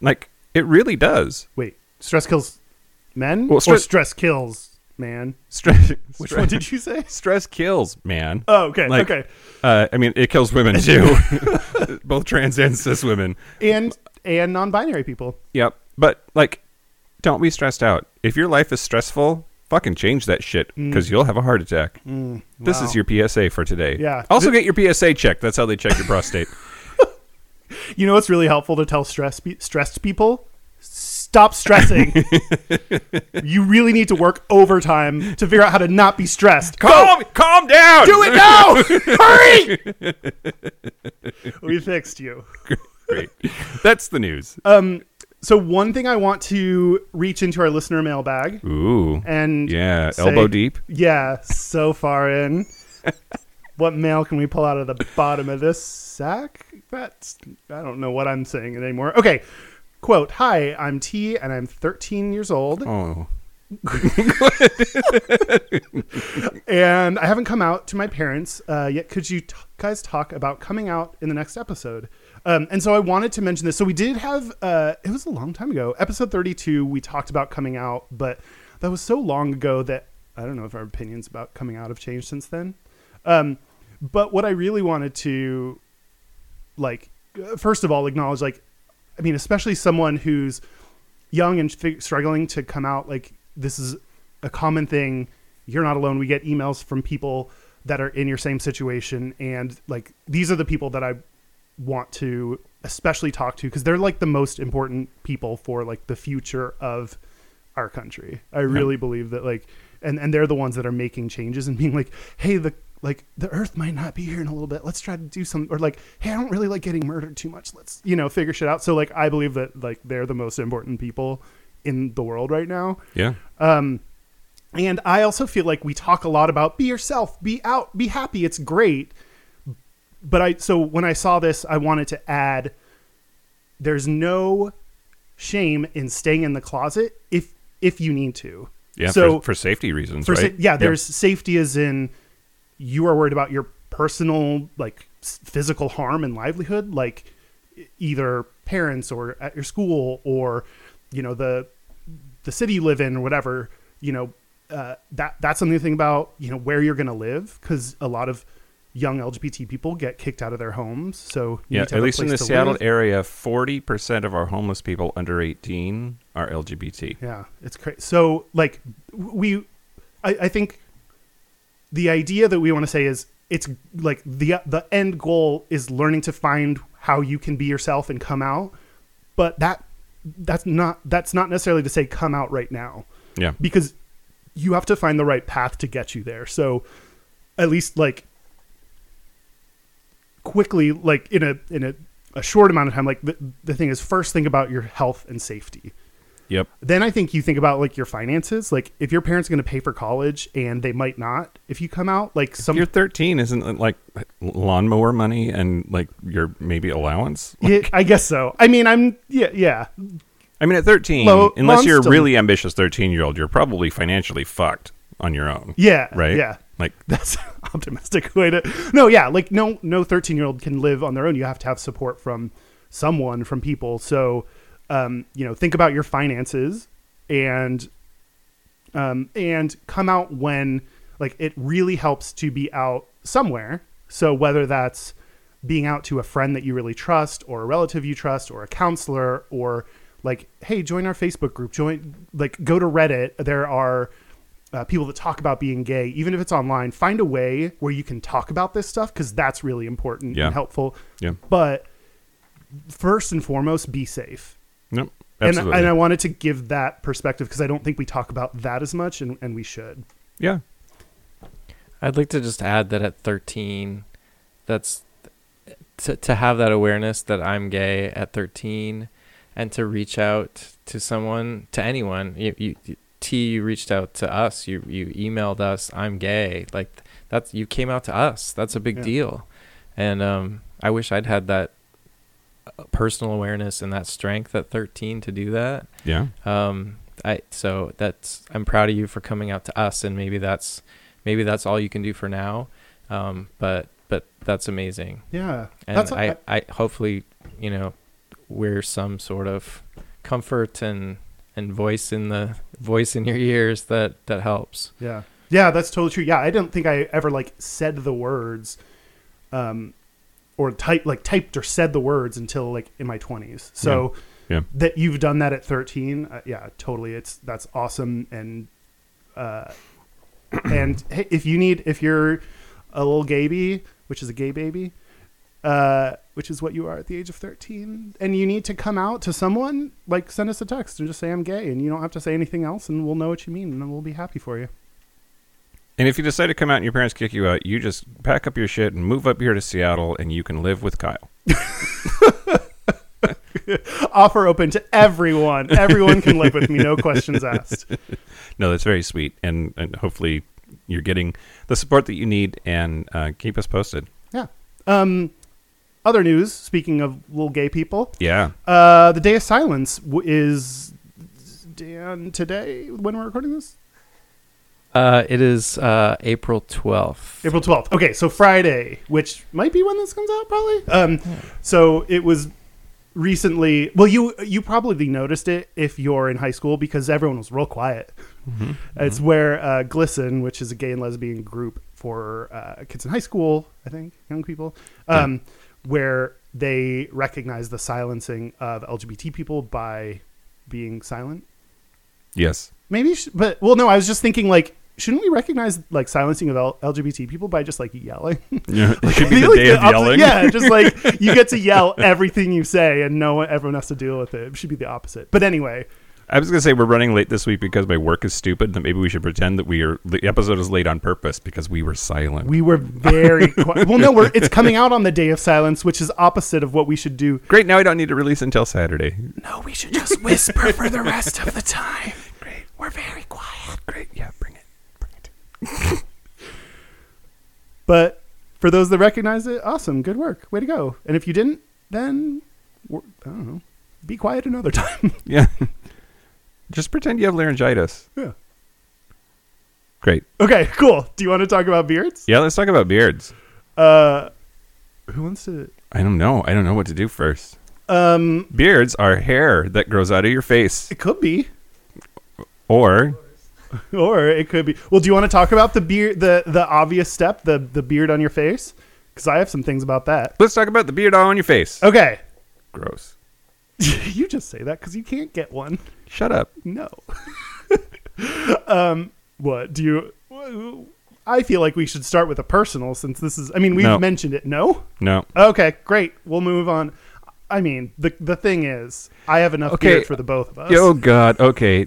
S2: Like it really does.
S3: wait, stress kills men
S2: Well,
S3: or
S2: stress-
S3: stress kills man.
S2: Stress.
S3: *laughs* Which
S2: stress-
S3: one did you say?
S2: *laughs* Stress kills, man.
S3: Oh, okay,
S2: Like-
S3: okay.
S2: Uh, I mean, it kills
S3: *laughs*
S2: women too, *laughs* both trans and cis women.
S3: And and non-binary people.
S2: Yep. But like, don't be stressed out. If your life is stressful, fucking change that shit because you'll have a heart attack. This
S3: Mm. Wow.
S2: is your PSA for today.
S3: Yeah.
S2: Also, get your PSA checked. That's how they check your
S3: *laughs*
S2: prostate.
S3: You know what's really helpful to tell stress pe- stressed people? Stop stressing. you really need to work overtime to figure out how to not be stressed.
S2: calm, calm down.
S3: Do it now! Hurry! we fixed you.
S2: *laughs* Great. That's the news.
S3: Uh, So one thing I want to reach into our listener mailbag
S2: Ooh.
S3: and
S2: Yeah.
S3: say-
S2: elbow deep.
S3: Yeah, so far
S2: *laughs*
S3: in. what mail can we pull out of the bottom of this sack? That's I don't know what I'm saying anymore. Okay. Quote, "Hi, I'm T and I'm 13 years old
S2: Oh.
S3: and I haven't come out to my parents uh, yet. Could you t- guys talk about coming out in the next episode? Um, and so I wanted to mention this. So we did have uh, it was a long time ago, episode thirty-two. We talked about coming out, but that was so long ago that I don't know if our opinions about coming out have changed since then. Um, but what I really wanted to like uh, first of all acknowledge like i mean especially someone who's young and fig- struggling to come out like this is a common thing you're not alone we get emails from people that are in your same situation and like these are the people that i want to especially talk to because they're like the most important people for like the future of our country i really believe that like and and they're the ones that are making changes and being like hey the like the earth might not be here in a little bit let's try to do some or like hey i don't really like getting murdered too much let's you know figure shit out so like i believe that like they're the most important people in the world right now
S2: Yeah.
S3: and I also feel like we talk a lot about be yourself, be out, be happy. It's great. But I, so when I saw this, I wanted to add there's no shame in staying in the closet if, if you need to.
S2: Yeah.
S3: So
S2: for, for safety reasons,
S3: for
S2: right?
S3: sa- yeah, there's safety as in you are worried about your personal like s- physical harm and livelihood, like e- either parents or at your school or you know the the city you live in or whatever. You know uh, that that's something to think about. You know where you're going to live because a lot of young LGBT people get kicked out of their homes. So you
S2: Yeah,
S3: need to
S2: at
S3: have a
S2: least in the
S3: place to
S2: Seattle
S3: live.
S2: area, 40% of our homeless people under 18 are LGBT.
S3: Yeah, it's crazy. So like w- we, I, I think the idea that we want to say is it's like the the end goal is learning to find how you can be yourself and come out, but that that's not that's not necessarily to say come out right now
S2: Yeah.
S3: because you have to find the right path to get you there. So at least like quickly like in a in a, a short amount of time like the, the thing is first think about your health and safety
S2: Yep.
S3: then I think you think about like your finances. Like if your parents are going to pay for college and they might not if you come out, like some
S2: You're 13, isn't it like lawnmower money and like your maybe allowance?
S3: *laughs* Yeah, I guess so. I mean, I'm yeah, yeah.
S2: I mean, at 13,
S3: Low-
S2: unless
S3: lawn's
S2: you're a
S3: still-
S2: really ambitious 13 year old, you're probably financially fucked on your own.
S3: Yeah,
S2: Right?
S3: yeah. *laughs*
S2: Like,
S3: That's an optimistic way to No, yeah, like no no 13-year-old can live on their own. You have to have support from someone, from people. So, um, you know, think about your finances and um, and come out when like it really helps to be out somewhere. So whether that's being out to a friend that you really trust or a relative you trust or a counselor or like hey join our facebook group join like go to reddit there are uh, people that talk about being gay even if it's online find a way where you can talk about this stuff because that's really important
S2: Yeah.
S3: and helpful
S2: Yeah.
S3: but first and foremost be safe
S2: nope.
S3: and,
S2: Absolutely.
S3: and I wanted to give that perspective because I don't think we talk about that as much, and, and we should.
S2: yeah.
S4: I'd like to just add that at 13, that's to, to have that awareness that I'm gay at 13 and to reach out to someone, to anyone. You, you, T, you reached out to us. You, you emailed us, I'm gay. Like, that's, you came out to us. That's a big
S3: Yeah.
S4: deal. And um, I wish I'd had that uh, personal awareness and that strength at 13 to do that.
S2: Yeah.
S4: Um, I so that's I'm proud of you for coming out to us, and maybe that's maybe that's all you can do for now. Um, but but that's amazing,
S3: Yeah,
S4: and
S3: that's
S4: I, I hopefully you know we're some sort of comfort and and voice in the voice in your ears that that helps.
S3: Yeah. Yeah, that's totally true. Yeah, I don't think I ever like said the words um or type like typed or said the words until like in my 20s. So
S2: Yeah.
S3: that you've done that at 13, uh, yeah, totally. It's that's awesome and uh *clears throat* and hey, if you need if you're a little gayby, which is a gay baby, uh, which is what you are at the age of 13, and you need to come out to someone, like send us a text and just say I'm gay, and you don't have to say anything else, and we'll know what you mean, and we'll be happy for you.
S2: And if you decide to come out and your parents kick you out, you just pack up your shit and move up here to Seattle, and you can live with Kyle.
S3: Offer open to everyone. Everyone can live with me, no questions asked.
S2: No, that's very sweet, and and hopefully you're getting the support that you need, and uh, keep us posted.
S3: Yeah. Um, other news. Speaking of little gay people,
S2: Yeah,
S3: uh, the Day of Silence w- is Dan today when we're recording this.
S4: Uh, it is uh, April twelfth.
S3: April 12th. Okay, so Friday, which might be when this comes out probably. Um so it was recently, well you you probably noticed it if you're in high school because everyone was real quiet. It's where uh Glisten, which is a gay and lesbian group for uh kids in high school, I think, young people, um where they recognize the silencing of LGBT people by being silent.
S2: yes, *laughs*
S3: Maybe, you should- but well, no. I was just thinking like, shouldn't we recognize like silencing of L- LGBT people by just like yelling?
S2: yeah. It
S3: *laughs*
S2: should be the
S3: Like,
S2: day of
S3: opposite-
S2: yelling.
S3: Yeah, just like
S2: *laughs*
S3: you get to yell everything you say, and no one, everyone has to deal with it. It should be the opposite. But anyway,
S2: I was gonna say we're running late this week because my work is stupid. That maybe we should pretend that we are the episode is late on purpose because we were silent.
S3: we were
S2: *laughs*
S3: very qui- well. No, we're it's coming out on the day of silence, which is opposite of what we should do.
S2: Great, now I don't need to release until Saturday.
S3: No, we should just whisper for the rest of the time. *laughs* Great, we're very quiet.
S2: Great, yeah, bring it.
S3: But for those that recognize it, awesome, good work, way to go. And if you didn't, then we're- I don't know, be quiet another *laughs* time.
S2: Yeah, *laughs* just pretend you have laryngitis.
S3: yeah.
S2: Great.
S3: Okay, cool. Do you want to talk about beards?
S2: Yeah, let's talk about beards.
S3: Uh, who wants to?
S2: I don't know. I don't know what to do first.
S3: Um,
S2: Beards are hair that grows out of your face,
S3: *laughs* it could be,
S2: or
S3: or it could be. Well, do you want to talk about the beard, the the obvious step, the the beard on your face? Because I have some things about that.
S2: let's talk about the beard all on your face.
S3: Okay, *laughs*
S2: Gross.
S3: you just say that because you can't get one.
S2: Shut up.
S3: No. *laughs* um, what do you? I feel like we should start with a personal, since this is. I mean, we've
S2: No.
S3: mentioned it. No.
S2: No.
S3: Okay, great. We'll move on. I mean, the the thing is, I have enough
S2: Okay.
S3: beard for the both of us.
S2: Oh God.
S3: *laughs*
S2: Okay.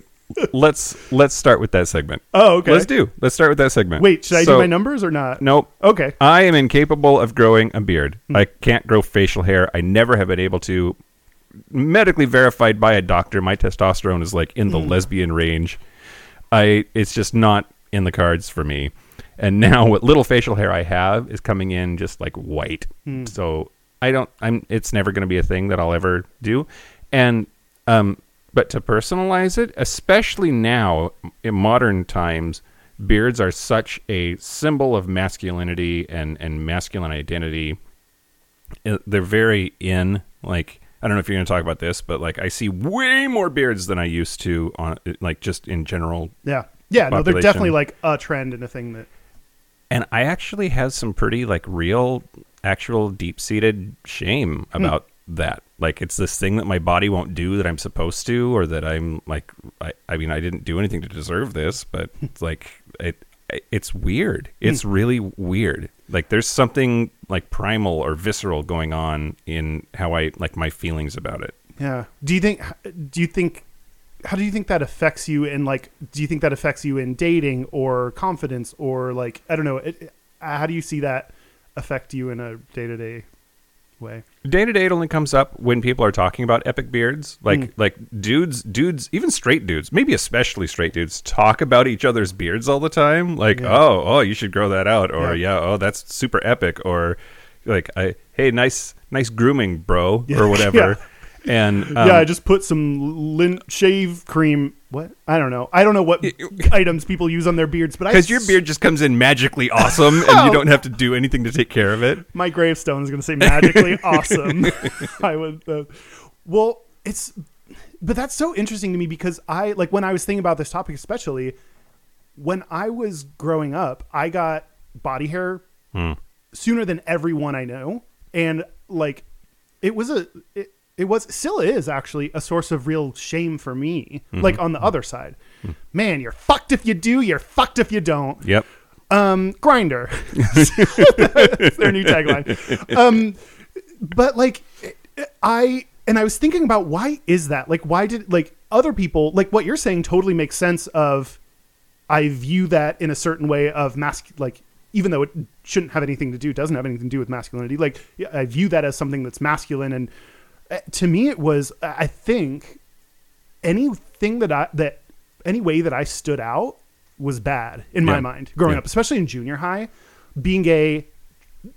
S2: let's let's start with that segment.
S3: Oh, okay.
S2: Let's do. Let's start with that segment.
S3: Wait, should I
S2: So-
S3: do my numbers or not?
S2: Nope.
S3: Okay.
S2: I am incapable of growing a beard. I can't grow facial hair. I never have been able to. Medically verified by a doctor, my testosterone is like in the lesbian range. I it's just not in the cards for me. And *laughs* now what little facial hair I have is coming in just like white. So I don't I'm it's never going to be a thing that I'll ever do. And um but to personalize it, especially now in modern times, beards are such a symbol of masculinity and and masculine identity uh, they're very in like I don't know if you're going to talk about this, but like I see way more beards than I used to on like just in general.
S3: Yeah. Yeah. No, they're
S2: Population.
S3: definitely like a trend and a thing that.
S2: And I actually have some pretty like real actual deep-seated shame about that. Like it's this thing that my body won't do that I'm supposed to or that I'm like I, I mean I didn't do anything to deserve this, but it's like it I- it's weird. It's really weird. Like there's something like primal or visceral going on in how I like my feelings about it.
S3: Yeah. Do you think? Do you think? How do you think that affects you? In like, do you think that affects you in dating or confidence or like I don't know? It, it- how do you see that affect you in a day to day way?
S2: day to day it only comes up when people are talking about epic beards like
S3: Hmm.
S2: like dudes dudes even straight dudes maybe especially straight dudes talk about each other's beards all the time like
S3: Yeah.
S2: oh oh you should grow that out or
S3: Yeah.
S2: yeah, oh that's super epic or like I, hey nice nice grooming bro
S3: Yeah. *laughs*
S2: or whatever and um,
S3: yeah, I just put some lin- shave cream. What? I don't know. I don't know what items people use on their beards, but I
S2: because your beard just comes in magically awesome and
S3: *laughs* Oh.
S2: you don't have to do anything to take care of it
S3: my gravestone is going to say magically awesome. I would. Uh, well, it's but that's so interesting to me because I like when I was thinking about this topic, especially when I was growing up, I got body hair sooner than everyone I know, and like it was a it, it was still is actually a source of real shame for me. Like on the other side, man, you're fucked if you do, you're fucked if you don't.
S2: Yep.
S3: Um, *laughs* grinder, that's their new tagline. Um, but like I and I was thinking about why is that? Like why did like other people like what you're saying totally makes sense of I view that in a certain way of mask like even though it shouldn't have anything to do doesn't have anything to do with masculinity like yeah, I view that as something that's masculine and uh, to me it was I I think anything that I that any way that I stood out was bad in my
S2: Yeah.
S3: mind growing
S2: Yeah.
S3: up especially in junior high being gay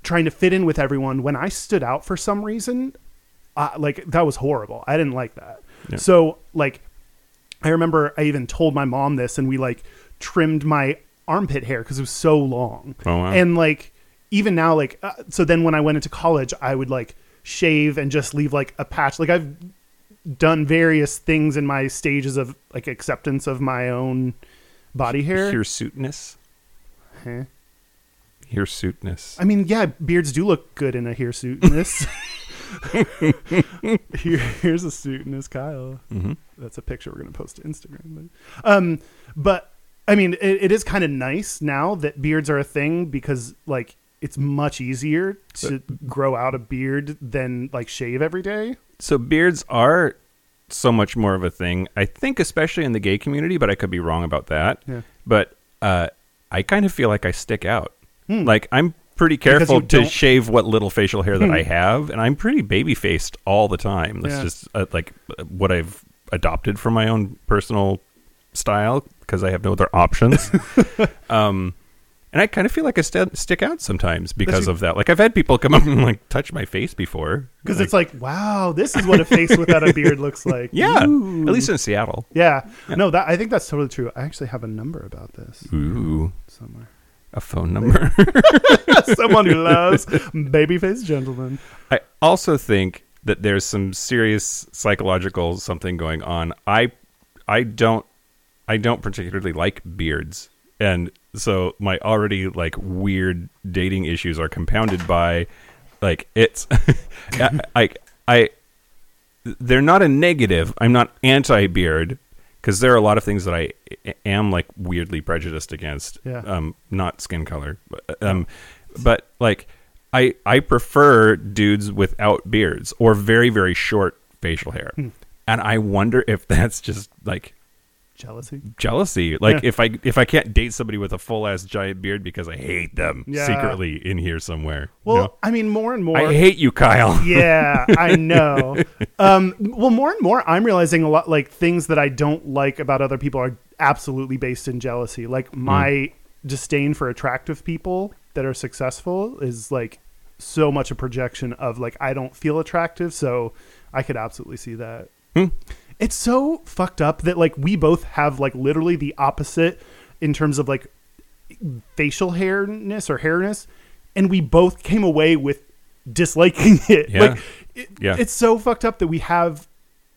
S3: trying to fit in with everyone when i stood out for some reason I, like that was horrible i didn't like that so like i remember i even told my mom this and we like trimmed my armpit hair because it was so long
S2: Oh, wow.
S3: and like even now like uh, so then when i went into college i would like shave and just leave like a patch like i've done various things in my stages of like acceptance of my own body hair
S2: Hirsuteness.
S3: Huh?
S2: Hirsuteness.
S3: I mean, yeah, beards do look good in a *laughs* hirsuitness. Here, here's a suitness, Kyle.
S2: Mm-hmm.
S3: That's a picture we're gonna post to Instagram. But, um, but I mean, it, it is kind of nice now that beards are a thing because like it's much easier to grow out a beard than like shave every day.
S2: So beards are so much more of a thing. I think, especially in the gay community, but I could be wrong about that.
S3: Yeah.
S2: But uh, I kind of feel like I stick out. Like I'm pretty careful
S3: Hmm. you
S2: to
S3: don't- Hmm.
S2: shave what little facial hair that I have, and I'm pretty baby faced all the time. That's
S3: Yeah.
S2: just uh, like uh, what I've adopted from my own personal style because I have no other
S3: *laughs*
S2: options. um, and I kind of feel like I st- stick out sometimes because
S3: your-
S2: of that. Like I've had people come up and like touch my face before
S3: Because it's like, wow, this is what a face without a
S2: *laughs*
S3: beard looks like.
S2: yeah,
S3: Ooh.
S2: at least in Seattle.
S3: yeah. No, that I think that's totally true. I actually have a number about this
S2: Ooh, *laughs*
S3: somewhere.
S2: a phone number. *laughs*
S3: Someone who loves babyface gentlemen.
S2: I also think that there's some serious psychological something going on. I I don't I don't particularly like beards. And so my already like weird dating issues are compounded by like it's *laughs* I, I I they're not a negative. I'm not anti beard because there are a lot of things that I a- am like weirdly prejudiced against.
S3: Yeah.
S2: Um, not skin color. But, um, but like I I prefer dudes without beards or very very short facial hair,
S3: Hmm.
S2: and I wonder if that's just like
S3: Jealousy.
S2: jealousy like
S3: Yeah.
S2: if i if i can't date somebody with a full ass giant beard because i hate them
S3: Yeah.
S2: secretly in here somewhere you
S3: Well,
S2: know?
S3: I mean, more and more.
S2: i hate you kyle
S3: *laughs* yeah, I know. Um, well, more and more, I'm realizing a lot like things that I don't like about other people are absolutely based in jealousy.
S2: Mm.
S3: Like my disdain for attractive people that are successful is like so much a projection of like I don't feel attractive, so I could absolutely see that. It's so fucked up that like we both have like literally the opposite in terms of like facial hairness or hairness, and we both came away with disliking *laughs* it.
S2: Yeah.
S3: Like, it,
S2: Yeah.
S3: it's so fucked up that we have.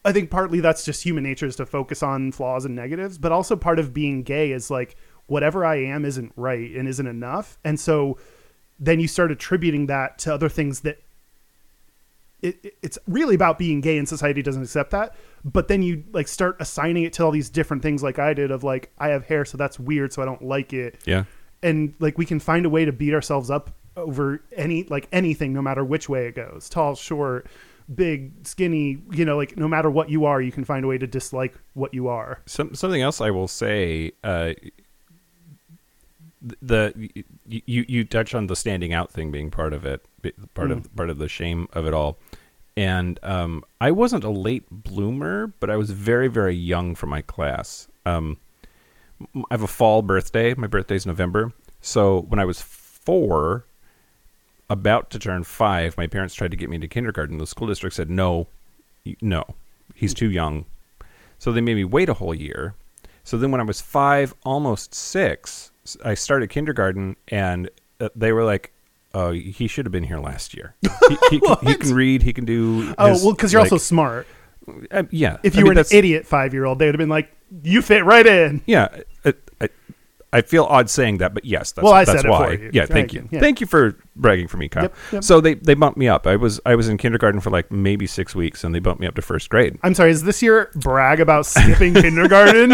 S3: I think partly that's just human nature is to focus on flaws and negatives, but also part of being gay is like whatever I am isn't right and isn't enough, and so then you start attributing that to other things that it, it- it's really about being gay and society doesn't accept that but then you like start assigning it to all these different things like i did of like i have hair so that's weird so i don't like it
S2: *laughs* yeah
S3: and like we can find a way to beat ourselves up over any like anything no matter which way it goes tall short big skinny you know like no matter what you are you can find a way to dislike what you are
S2: Some, something else I will say, uh, the you you- you touch on the standing out thing being part of it, b- part of part of the shame of it all, and um, I wasn't a late bloomer, but I was very very young for my class. Um, m- I have a fall birthday. My birthday's November, so when I was four, about to turn five, my parents tried to get me into kindergarten. The school district said, no, y- no, he's too young. So they made me wait a whole year. So then when I was five, almost six, s- I started kindergarten and uh, they were like, oh,
S3: *laughs*
S2: he should have been here last year. He, he, can, he can read, he can do.
S3: oh
S2: his,
S3: well because you're
S2: like-
S3: also smart
S2: Uh, yeah.
S3: If
S2: I
S3: you
S2: mean,
S3: were an
S2: that's-
S3: idiot five year old, they would have been like, "You fit right in."
S2: Yeah. I, I, I feel odd saying that, but yes, that's,
S3: Well, I
S2: that's
S3: said it
S2: why.
S3: for you.
S2: Yeah,
S3: Right,
S2: thank you.
S3: yeah.
S2: Thank you for bragging for me, Kyle.
S3: Yep, yep.
S2: So they, they bumped me up. I was I was in kindergarten for like maybe six weeks, and they bumped me up to first grade.
S3: I'm sorry. Is this your brag about skipping kindergarten?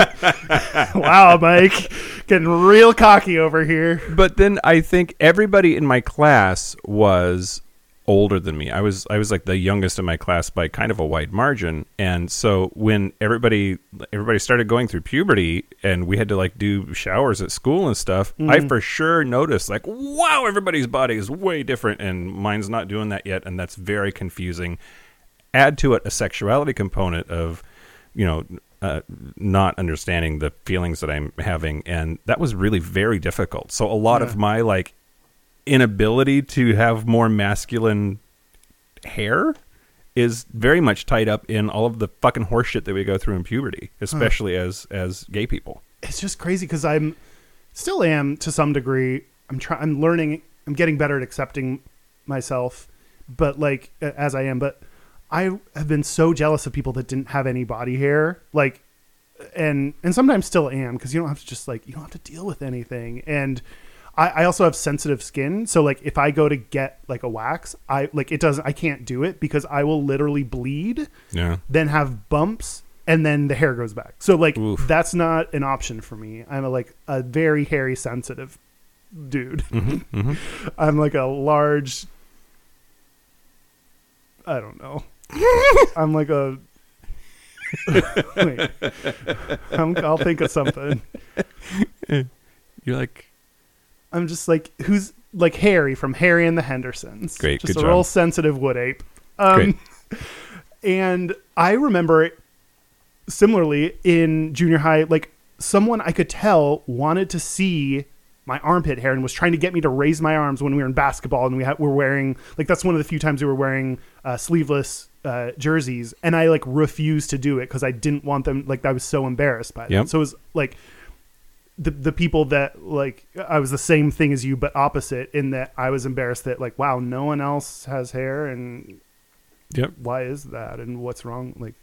S3: wow, Mike, getting real cocky over here.
S2: But then I think everybody in my class was older than me. I was I was like the youngest in my class by kind of a wide margin. And so when everybody everybody started going through puberty and we had to like do showers at school and stuff, I for sure noticed like wow, everybody's body is way different and mine's not doing that yet and that's very confusing. Add to it a sexuality component of you know uh, not understanding the feelings that I'm having, and that was really very difficult. So a lot of my like inability to have more masculine hair is very much tied up in all of the fucking horseshit that we go through in puberty, especially as as gay people.
S3: it's just crazy because I'm still am to some degree. I'm trying. I'm learning. I'm getting better at accepting myself, but like a- as I am. But I have been so jealous of people that didn't have any body hair. Like, and and sometimes still am because you don't have to just like you don't have to deal with anything. And I, I also have sensitive skin, so like if I go to get like a wax, I like it doesn't. I can't do it because I will literally bleed
S2: Yeah.
S3: then have bumps and then the hair goes back so like
S2: Oof.
S3: that's not an option for me i'm a, like a very hairy sensitive dude
S2: Mm-hmm,
S3: *laughs* i'm like a large i
S2: *laughs*
S3: don't know i'm like a wait I'm, i'll think of something
S2: You're like
S3: i'm just like who's like harry from harry and the hendersons
S2: Great,
S3: just
S2: good
S3: a real
S2: job.
S3: sensitive wood ape um, and I remember similarly in junior high, like someone I could tell wanted to see my armpit hair and was trying to get me to raise my arms when we were in basketball and we had, were wearing like that's one of the few times we were wearing uh, sleeveless uh, jerseys and I like refused to do it because I didn't want them like I was so embarrassed by that.
S2: Yep.
S3: So it was like the the people that like I was the same thing as you but opposite in that I was embarrassed that like wow no one else has hair and
S2: Yep.
S3: why is that and what's wrong like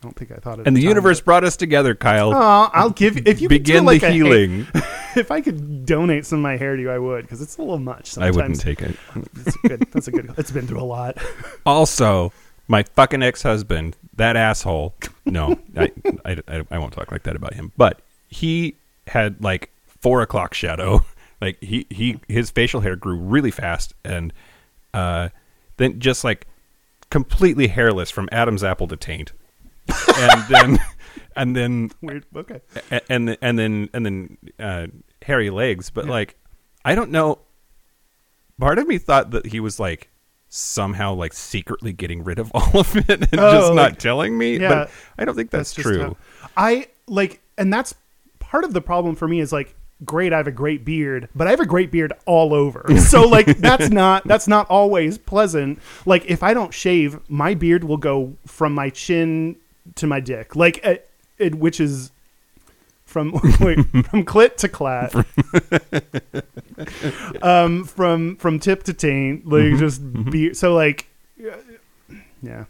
S3: i don't think i thought it
S2: And
S3: at
S2: the
S3: time,
S2: universe
S3: but-
S2: brought us together, Kyle.
S3: Aw, i'll give Oh, if you could do
S2: Begin
S3: like
S2: the
S3: a-
S2: healing.
S3: *laughs* if i could donate some of my hair to you i would because it's a little much
S2: I
S3: sometimes
S2: wouldn't take it.
S3: that's good that's a good it's been through a lot *laughs*
S2: Also, my fucking ex-husband, that asshole. No, I, I, I, I won't talk like that about him. But he had like four o'clock shadow. *laughs* Like he, he his facial hair grew really fast, and uh, then just like completely hairless from Adam's apple to taint, and then *laughs* and then
S3: weird okay
S2: a- and th- and then and then uh, hairy legs. But like, I don't know. Part of me thought that he was like somehow like secretly getting rid of *laughs* all of it and
S3: Oh,
S2: just not
S3: like-
S2: telling me.
S3: yeah.
S2: but I don't think that's,
S3: just
S2: true.
S3: how- I like, and that's part of the problem for me is like, great, I have a great beard, but I have a great beard
S2: *laughs*
S3: all over. So like, that's not that's not always pleasant. Like, if I don't shave, my beard will go from my chin to my dick, like, it, it which is from *laughs* wait, from clit to clat, *laughs* um, from from tip to taint, like
S2: Mm-hmm.
S3: just be so like, yeah,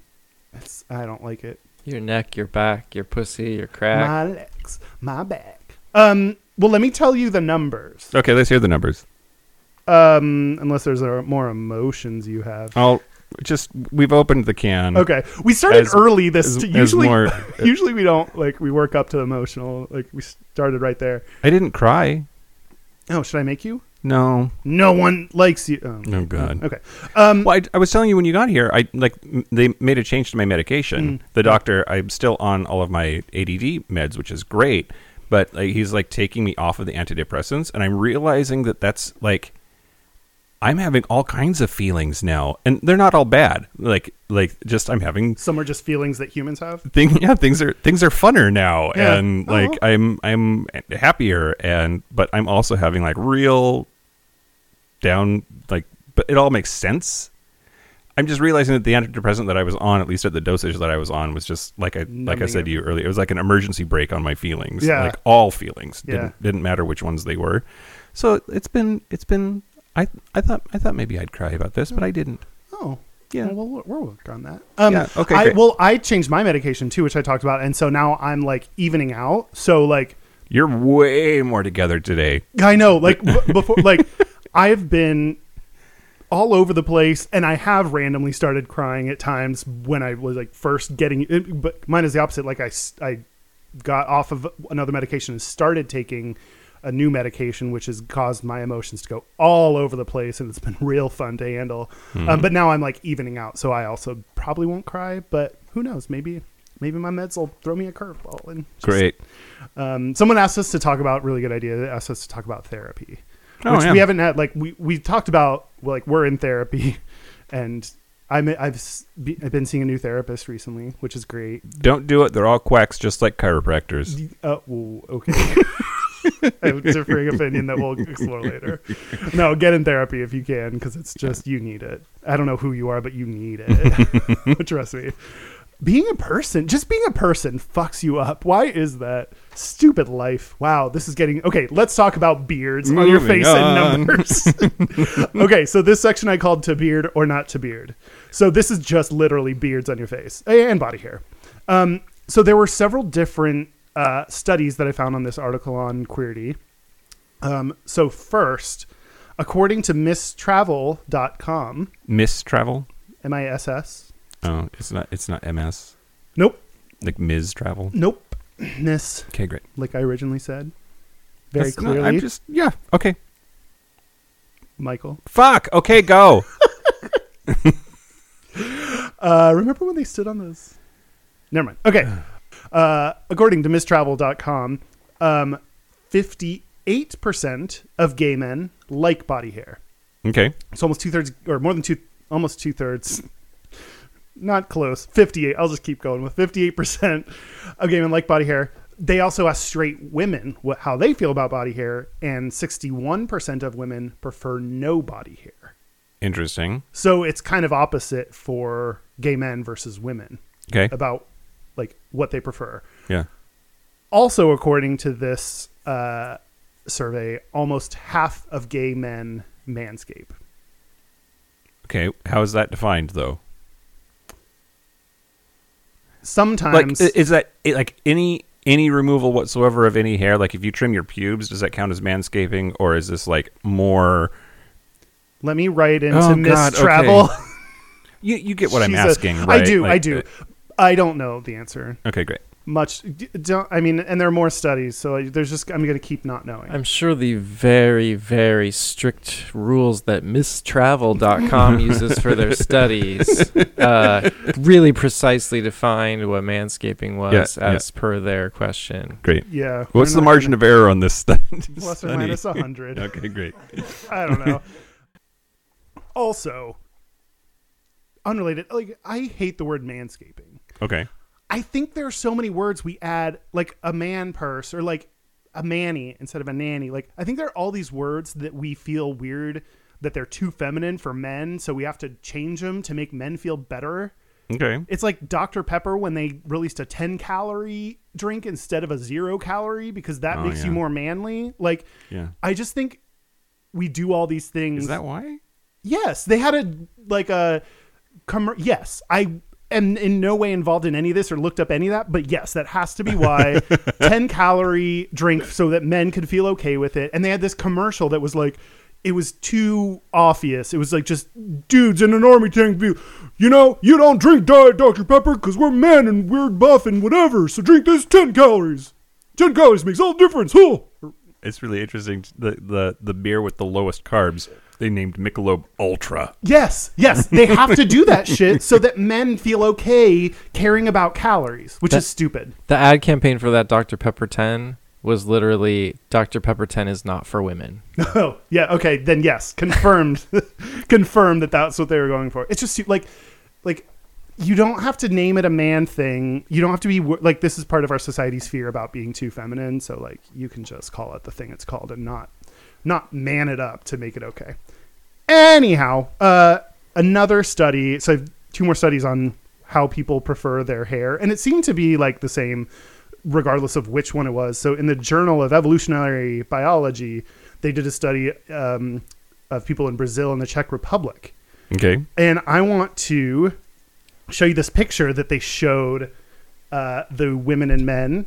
S3: it's I don't like it.
S4: Your neck, your back, your pussy, your crack.
S3: My legs, my back. Um, well, let me tell you the numbers.
S2: Okay, let's hear the numbers.
S3: Um, unless there's uh more emotions you have.
S2: I'll just we've opened the can.
S3: Okay, we started
S2: As-
S3: early this.
S2: as- as
S3: usually,
S2: more-
S3: *laughs* usually we don't like we work up to emotional. Like we started right there.
S2: I didn't cry.
S3: Oh, should I make you?
S2: No.
S3: No one likes you. Um,
S2: Oh God.
S3: Okay. Um,
S2: Well, I, I was telling you when you got here, I like m- they made a change to my medication. The doctor, I'm still on all of my ADD meds, which is great, but like, he's like taking me off of the antidepressants, and I'm realizing that that's like I'm having all kinds of feelings now, and they're not all bad. Like like just I'm having
S3: some are just feelings that humans have.
S2: thing *laughs* yeah things are things are funner now
S3: Yeah.
S2: and
S3: Oh.
S2: like i'm i'm happier and but i'm also having like real down like but it all makes sense i'm just realizing that the antidepressant that i was on at least at the dosage that i was on was just like i like i
S3: Numbing
S2: said to you earlier it was like an emergency break on my feelings
S3: Yeah.
S2: like all feelings
S3: Yeah.
S2: didn't didn't matter which ones they were
S3: Hmm.
S2: so it's been it's been i i thought i thought maybe i'd cry about this but i didn't
S3: Oh,
S2: Yeah.
S3: Well, we'll, we'll work on that. Um,
S2: Yeah, okay,
S3: I,
S2: great.
S3: well, I changed my medication too, which I talked about, and so now I'm like evening out. So like
S2: You're way more together today.
S3: I know, like b- before, like *laughs* I've been all over the place, and I have randomly started crying at times when I was like first getting. It, but mine is the opposite. Like I, s- I got off of another medication and started taking a new medication, which has caused my emotions to go all over the place, and it's been *laughs* real fun to handle. Um, but now I'm like evening out, so I also probably won't cry. But who knows? Maybe. Maybe my meds will throw me a curveball and just
S2: Great.
S3: um, someone asked us to talk about really good idea. They asked us to talk about therapy,
S2: Oh,
S3: which
S2: yeah.
S3: we haven't had. Like we we talked about well, like we're in therapy, *laughs* and I'm I've s- be- I've been seeing a new therapist recently, which is great.
S2: Don't do it. They're all quacks, just like chiropractors.
S3: Uh, ooh, okay. *laughs* I have a differing opinion that we'll explore later. No, get in therapy if you can, because it's just you need it. I don't know who you are, but you need
S2: *laughs*
S3: *laughs* it. Trust me. Being a person, just being a person, fucks you up. Why is that? Stupid life. Wow, this is getting okay. Let's talk about beards on your
S2: Moving
S3: face
S2: on.
S3: and numbers. *laughs* okay, so this section I called to beard or not to beard. So this is just literally beards on your face and body hair. Um, so there were several different uh, studies that I found on this article on Queerty. Um, so first, according to misstravel.com,
S2: Miss travel?
S3: M-I-S-S,
S2: Oh, it's not. It's not MS.
S3: nope,
S2: Like Ms. Travel.
S3: nope, *clears throat* miss,
S2: Okay, great.
S3: like I originally said. Very
S2: That's not-
S3: clearly,
S2: I'm just. Yeah. Okay.
S3: Michael.
S2: Fuck. Okay. Go. *laughs*
S3: Uh, remember when they stood on those? Never mind.
S2: *sighs*
S3: Okay. Uh, according to mistravel.com, um, 58% of gay men like body hair.
S2: okay.
S3: It's almost two thirds, or more than two, almost two thirds. Not close. Fifty-eight. I'll just keep going with fifty-eight percent of gay men like body hair. They also asked straight women what how they feel about body hair, and sixty-one percent of women prefer no body hair.
S2: Interesting.
S3: So it's kind of opposite for gay men versus women
S2: Okay.
S3: about like what they prefer.
S2: Yeah.
S3: Also, according to this uh, survey, almost half of gay men manscape.
S2: Okay. How is that defined, though?
S3: Sometimes
S2: Like, i- is that i- like any any removal whatsoever of any hair? Like, if you trim your pubes, does that count as manscaping, or is this like more?
S3: Let me write into
S2: Oh,
S3: Miss
S2: God, okay.
S3: Travel.
S2: You you get what I'm
S3: *laughs* She's a-
S2: asking,
S3: I
S2: right?
S3: do. I
S2: Like,
S3: do.
S2: uh,
S3: I don't know the answer
S2: Okay. Great.
S3: much. D- Don't. I mean, and there are more studies, so I- there's just I'm gonna keep not knowing.
S4: I'm sure the very, very strict rules
S2: *laughs*
S4: that mistravel.com uses for their studies uh, really precisely defined what manscaping was
S2: Yeah, yeah.
S4: as per their question.
S2: Great.
S3: yeah.
S2: What's the margin of error on this *laughs* study?
S3: plus or
S2: *laughs*
S3: minus a hundred?
S2: Okay. Great.
S3: I don't know. also, unrelated. Like I hate the word manscaping.
S2: Okay.
S3: I think there are so many words we add, like a man purse or like a manny instead of a nanny. Like I think there are all these words that we feel weird that they're too feminine for men, so we have to change them to make men feel better.
S2: Okay.
S3: It's like Dr Pepper when they released a 10 calorie drink instead of a 0 calorie because that
S2: Oh,
S3: makes you
S2: yeah.
S3: more manly. Like
S2: Yeah.
S3: I just think we do all these things.
S2: Is that why?
S3: Yes, they had a like a commer Yes, I am in no way involved in any of this or looked up any of that, but yes, that has to be why. Ten calorie drink so that men could feel okay with it, and they had this commercial that was like. It was too obvious. It was like just dudes in an army tank view. You know, you don't drink Diet Dr. Pepper because we're men and we're buff and whatever. So drink this 10 calories. 10 calories makes all the difference. Huh?
S2: It's really interesting. The the the beer with the lowest carbs they named Michelob Ultra.
S3: Yes, yes, they have to do that shit so that men feel okay caring about calories, which is stupid. *laughs*
S4: The ad campaign for that Dr. Pepper 10 was literally Dr. Pepper 10 is not for women.
S3: Oh, yeah, okay, then yes, confirmed, *laughs* confirmed that that's what they were going for. It's just like, like, you don't have to name it a man thing. You don't have to be wor- like this is part of our society's fear about being too feminine. So like, you can just call it the thing it's called and not, not man it up to make it okay. Anyhow, uh, another study. So I have two more studies on how people prefer their hair, and it seemed to be like the same, regardless of which one it was. So in the Journal of Evolutionary Biology, they did a study um, of people in Brazil and the Czech Republic,
S2: Okay.
S3: and I want to show you this picture that they showed uh, the women and men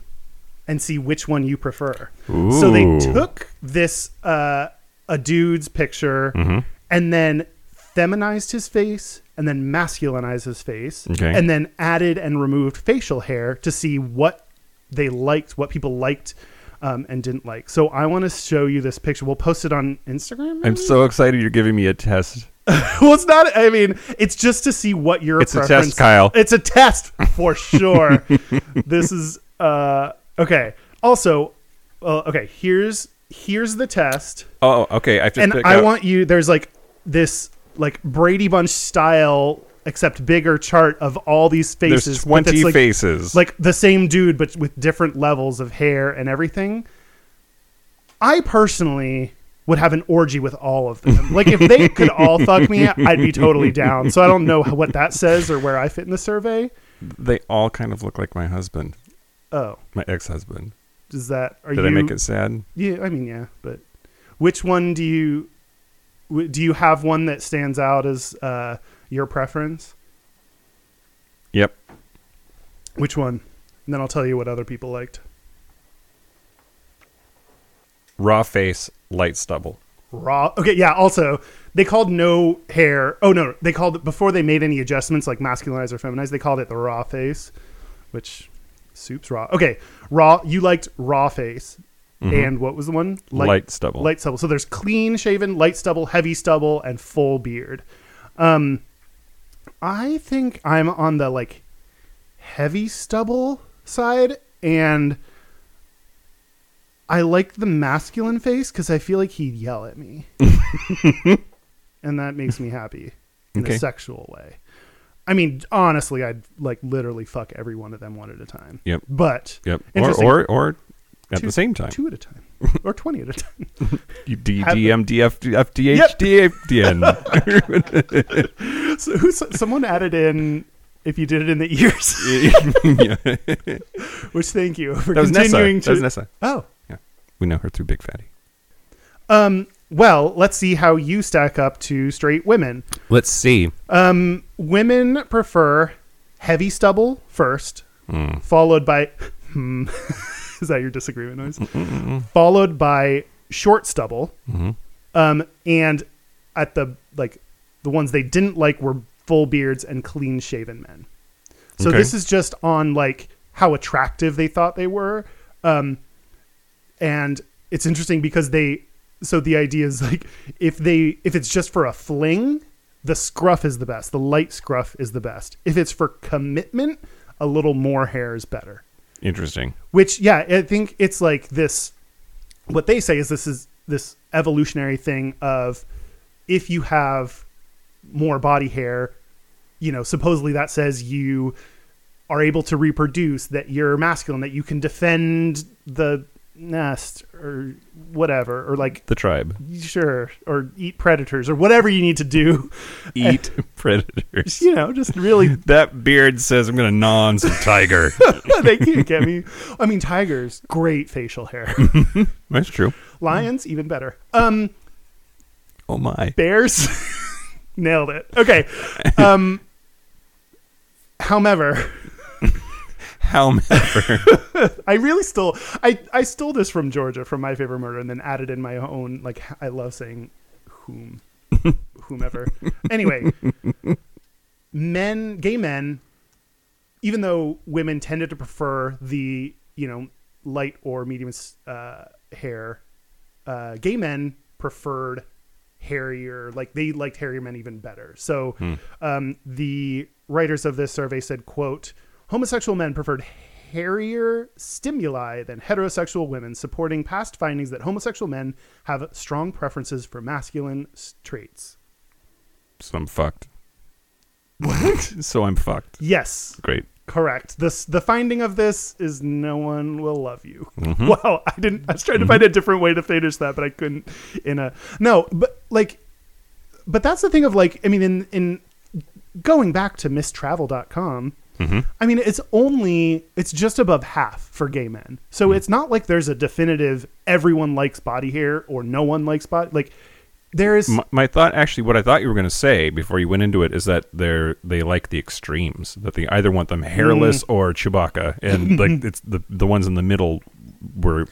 S3: and see which one you prefer. So they
S2: Ooh.
S3: took this uh, a dude's picture
S2: Mm-hmm.
S3: and then feminized his face and then masculinized his face
S2: Okay.
S3: and then added and removed facial hair to see what they liked, what people liked. Um, and didn't like. So I want to show you this picture. We'll post it on Instagram.
S2: I'm
S3: maybe?
S2: so excited you're giving me a test.
S3: *laughs* well, it's not. I mean, it's just to see what your
S2: It's a test,
S3: preference-
S2: Kyle.
S3: It's a test *laughs* for sure. this is uh okay. Also, uh, okay. Here's here's the test,
S2: Oh, okay. I have to
S3: and
S2: pick
S3: I
S2: out-
S3: want you. There's like this like Brady Bunch style, except bigger chart of all these faces.
S2: There's
S3: but that's,
S2: 20
S3: like,
S2: faces.
S3: like the same dude, but with different levels of hair and everything. I personally would have an orgy with all of them. Like if they
S2: *laughs*
S3: could all fuck me, I'd be totally down. So I don't know what that says or where I fit in the survey.
S2: they all kind of look like my husband,
S3: Oh,
S2: my ex-husband.
S3: does that are
S2: Did
S3: you?
S2: I make it sad?
S3: Yeah, I mean, yeah, but which one do you w- do you have one that stands out as uh, your preference?
S2: Yep.
S3: Which one? And then I'll tell you what other people liked.
S2: Raw face, light stubble.
S3: raw. Okay, yeah. Also, they called no hair. Oh no, they called it before they made any adjustments like masculinized or feminized. They called it the raw face, which soups raw. Okay, raw. You liked raw face, and what was the one?
S2: Mm-hmm. Light stubble.
S3: Light stubble. So there's clean shaven, light stubble, heavy stubble, and full beard. Um, I think I'm on the like heavy stubble side and. I like the masculine face because I feel like he'd yell
S2: *laughs*
S3: at me. and that makes me happy in
S2: Okay.
S3: a sexual way. I mean, honestly, I'd like literally fuck every one of them one at a time.
S2: Yep.
S3: But
S2: Yep. Or
S3: Interesting.
S2: or or at
S3: Two-
S2: the same time.
S3: two at a time or 20 at a time. *laughs*
S2: You D
S3: Have-
S2: D M D F D F D
S3: Yep.
S2: H D F D
S3: *laughs*
S2: N. *laughs*
S3: So who's, someone added in if you did it in the ears, *laughs*
S2: Yeah.
S3: which thank you for
S2: That was Nessa.
S3: continuing
S2: That was
S3: to.
S2: Nessa.
S3: oh,
S2: We know her through Big Fatty.
S3: um, well, let's see how you stack up to straight women.
S2: Let's see.
S3: Um, women prefer heavy stubble first,
S2: Mm-hmm.
S3: followed by. *laughs* Hmm, is that your disagreement noise? Followed by short stubble, um, and at the like, the ones they didn't like were full beards and clean shaven men. So
S2: Okay.
S3: this is just on like how attractive they thought they were. Um, and it's interesting because they so the idea is like if they if it's just for a fling the scruff is the best the light scruff is the best if it's for commitment a little more hair is better
S2: Interesting.
S3: which yeah i think it's like this what they say is this is this evolutionary thing of if you have more body hair you know supposedly that says you are able to reproduce that you're masculine that you can defend the nest or whatever or like
S2: The tribe
S3: sure or eat predators or whatever you need to do *laughs*
S2: eat *laughs* predators.
S3: you know just really *laughs*
S2: That beard says I'm gonna gnaw on *laughs* some tiger.
S3: they can't get me i mean tigers great facial hair
S2: That's true.
S3: lions even better um
S2: Oh my.
S3: Bears. *laughs* Nailed it. Okay. Um however,
S2: However,
S3: I really stole I I stole this from Georgia from My Favorite Murder and then added in my own like I love saying whom whomever. anyway, men, gay men, even though women tended to prefer the, you know, light or medium uh hair, uh gay men preferred hairier like they liked hairier men even better so um, the writers of this survey said quote homosexual men preferred hairier stimuli than heterosexual women supporting past findings that homosexual men have strong preferences for masculine s- traits
S2: *laughs* so I'm fucked. so I'm fucked.
S3: yes
S2: Great.
S3: correct this the finding of this is no one will love you *laughs* wow i didn't i was trying to find a different way to finish that but i couldn't in a no but like but that's the thing of like i mean in in going back to mistravel.com i mean it's only it's just above half for gay men so it's not like there's a definitive everyone likes body hair or no one likes body like there is
S2: My, my thought, actually, what I thought you were going to say before you went into it is that they're they like the extremes. That they either want them hairless or Chewbacca, and *laughs* like it's the the ones in the middle were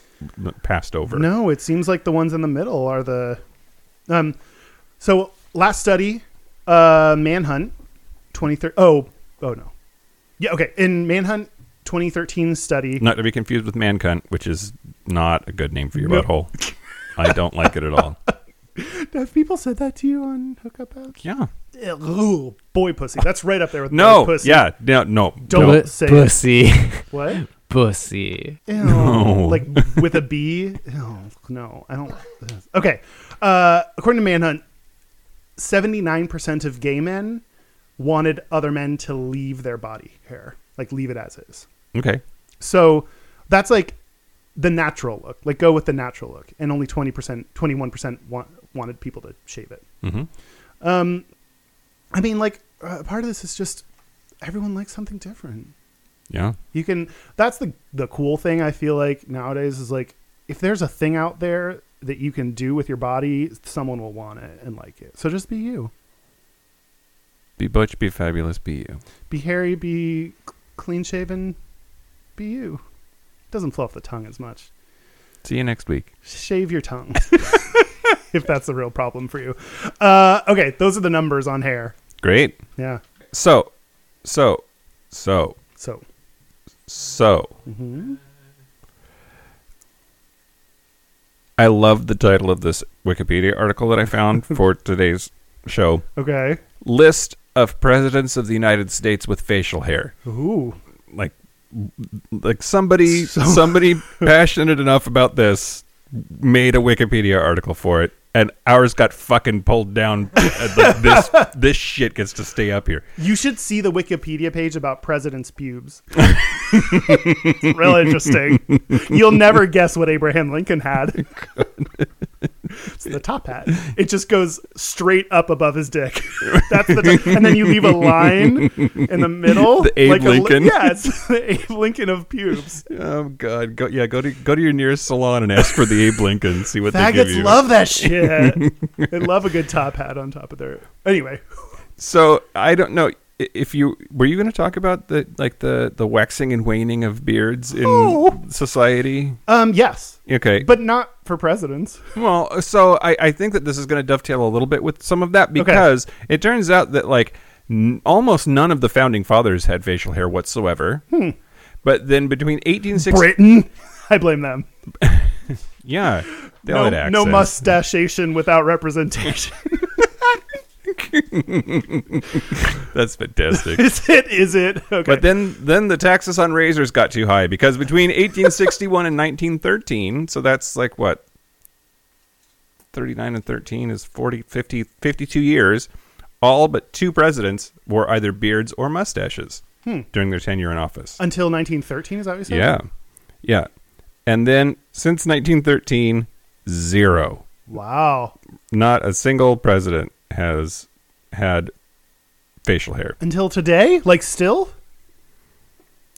S2: passed over.
S3: No, it seems like the ones in the middle are the. Um, so last study, uh, Manhunt, twenty thirteen. Oh, oh no, yeah, okay. In Manhunt, twenty thirteen study.
S2: Not to be confused with man cunt, which is not a good name for your
S3: Nope. *laughs*
S2: butthole. I don't like it at all.
S3: Have people said that to you on hookup apps?
S2: Yeah.
S3: Ooh, boy pussy. That's right up there with
S2: No.
S3: boy pussy.
S2: Yeah. No. No.
S3: Don't
S2: no.
S4: Bu-
S3: say
S2: *laughs*
S3: it.
S4: pussy,
S3: What?
S4: pussy.
S3: Ew.
S2: No.
S3: Like with a B? Ew, no, I don't. Okay. Uh, according to Manhunt, 79% of gay men wanted other men to leave their body hair, like leave it as is.
S2: Okay.
S3: So that's like the natural look, like go with the natural look. And only 20%, 21% want, wanted people to shave it.
S2: Mm-hmm.
S3: Um, I mean, like uh, part of this is just everyone likes something different
S2: Yeah.
S3: you can that's the the cool thing i feel like nowadays is like if there's a thing out there that you can do with your body someone will want it and like it so just be you
S2: Be butch. Be fabulous. Be you.
S3: be hairy be clean shaven be you doesn't flow off the tongue as much
S2: See you next week.
S3: shave your tongue *laughs* if that's the real problem for you uh, okay those are the numbers on hair
S2: Great.
S3: yeah
S2: So, so, so,
S3: so mm-hmm.
S2: so. I love the title of this Wikipedia article that I
S3: *laughs*
S2: found for today's show
S3: okay
S2: List of Presidents of the United States with Facial Hair.
S3: ooh
S2: Like, like *laughs* somebody, somebody passionate enough about this made a Wikipedia article for it, and ours got fucking pulled *laughs* down. and, like, this, this shit gets to stay up here.
S3: You should see the Wikipedia page about
S2: *laughs*
S3: presidents' pubes. it's real interesting. You'll never guess what Abraham
S2: *laughs*
S3: Lincoln had. it's the top hat. It just goes straight up above his dick. *laughs* That's the top. and then you leave a line in the middle.
S2: The Abe
S3: a li-
S2: Lincoln.
S3: yeah, it's *laughs* the Abe Lincoln of pubes.
S2: Oh God, go yeah, go to go to your nearest salon and ask for the Abe Lincoln. See what they give
S3: Faggots
S2: you.
S3: love *laughs* that shit. they love a good top hat on top of their. Anyway,
S2: So I don't know i- if you were you going to talk about the like the the waxing and waning of beards in
S3: Oh.
S2: society.
S3: um, yes,
S2: Okay,
S3: but not for presidents.
S2: well, so I I think that this is going to dovetail a little bit with some of that because it turns out that like n- almost none of the founding fathers had facial hair whatsoever.
S3: Hmm.
S2: But then between 1860,
S3: Britain, *laughs* I blame them.
S2: yeah, they all
S3: no,
S2: had access.
S3: no mustachiation without
S2: *laughs*
S3: representation.
S2: That's fantastic.
S3: is it? Is it? Okay.
S2: But then, then the taxes on razors got too high because between 1861 and 1913, so that's like what 39 and 13 is 40, 50, 52 years. All but two presidents wore either beards or mustaches during their tenure in office.
S3: until 1913, is that what you said?
S2: yeah, yeah. And then since 1913, zero.
S3: Wow.
S2: Not a single president has had facial hair.
S3: Until today? Like still?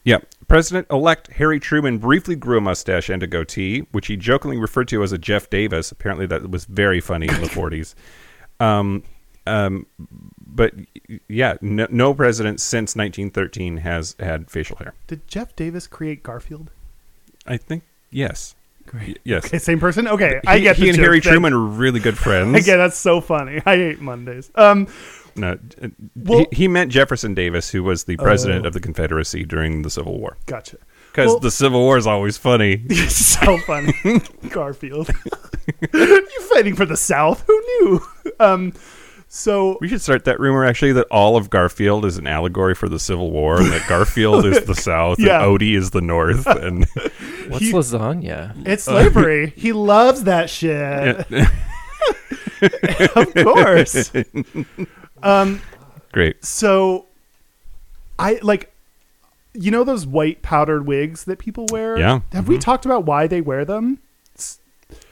S2: Yeah. President elect Harry Truman briefly grew a mustache and a goatee, which he jokingly referred to as a Jeff Davis. Apparently, that was very funny
S3: *laughs*
S2: in the 40s. Um, um, but y- yeah, no, no president since 1913 has had facial hair.
S3: Did Jeff Davis create Garfield?
S2: I think, yes.
S3: Great.
S2: Y- yes.
S3: Okay, same person. Okay, I
S2: He-
S3: get
S2: He
S3: the
S2: and
S3: joke
S2: Harry
S3: then. *laughs*
S2: Truman are really good friends.
S3: Again, that's so funny. I hate Mondays. Um,
S2: No, uh,
S3: Well-
S2: he, he meant Jefferson Davis, who was the president of the Confederacy during the Civil War.
S3: gotcha. *laughs*
S2: Because
S3: Well-
S2: the Civil War is always
S3: *laughs*
S2: funny.
S3: It's so
S2: *laughs*
S3: funny. Garfield. *laughs* You're fighting for the South. Who knew? Um, so
S2: We should start that rumor actually that all of Garfield is an allegory for the Civil War, and that Garfield is
S3: *laughs*
S2: the South,
S3: Yeah.
S2: and Odie is the
S3: *laughs*
S2: North, and *laughs*
S4: What's
S3: He-
S4: lasagna?
S3: It's *laughs* slavery. Uh, he loves that shit. *laughs* of
S2: *laughs*
S3: course. Um,
S2: great.
S3: so I like you know those white powdered wigs that people wear?
S2: Yeah. Mm-hmm.
S3: Have we talked about why they wear them?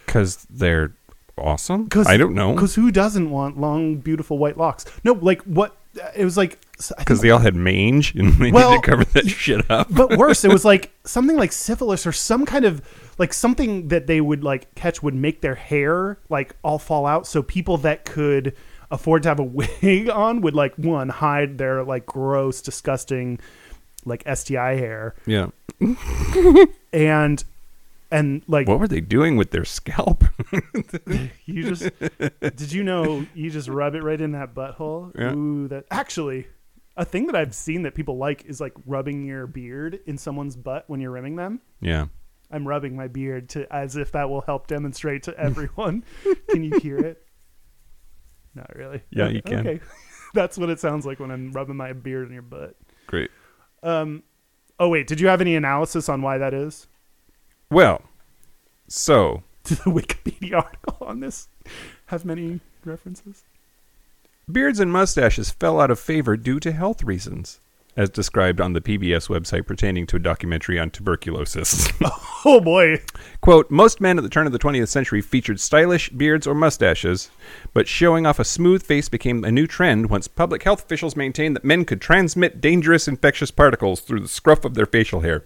S2: Because they're awesome.
S3: 'Cause-
S2: I don't know.
S3: Cuz who doesn't want long beautiful white locks? No, like what it was like s- I
S2: Because
S3: think-
S2: they all had mange, and *laughs* they
S3: Well,
S2: needed to cover that shit up.
S3: but worse, it was like something like syphilis or some kind of like something that they would like catch would make their hair like all fall out so people that could afford to have a *laughs* wig on would like one hide their like gross disgusting like STI hair
S2: *laughs* Yeah.
S3: and and like
S2: What were they doing with their scalp? *laughs*
S3: you just did you know you just rub it right in that butthole?
S2: Yeah.
S3: Ooh, that actually a thing that I've seen that people like is like rubbing your beard in someone's butt when you're rimming them.
S2: yeah.
S3: I'm rubbing my beard to as if that will help demonstrate *laughs* to everyone. can you hear it? Not really.
S2: Yeah, you can.
S3: Okay. *laughs* That's what it sounds like when I'm rubbing my beard in your butt.
S2: Great.
S3: Oh wait, did you have any analysis on why that is? *laughs*
S2: Well, so
S3: Did the Wikipedia article on this have many references?
S2: Beards and mustaches fell out of favor due to health reasons, as described on the PBS website pertaining to a documentary on tuberculosis. *laughs*
S3: Oh boy.
S2: Quote, most men at the turn of the 20th century featured stylish beards or mustaches, but showing off a smooth face became a new trend once public health officials maintained that men could transmit dangerous infectious particles through the scruff of their facial hair.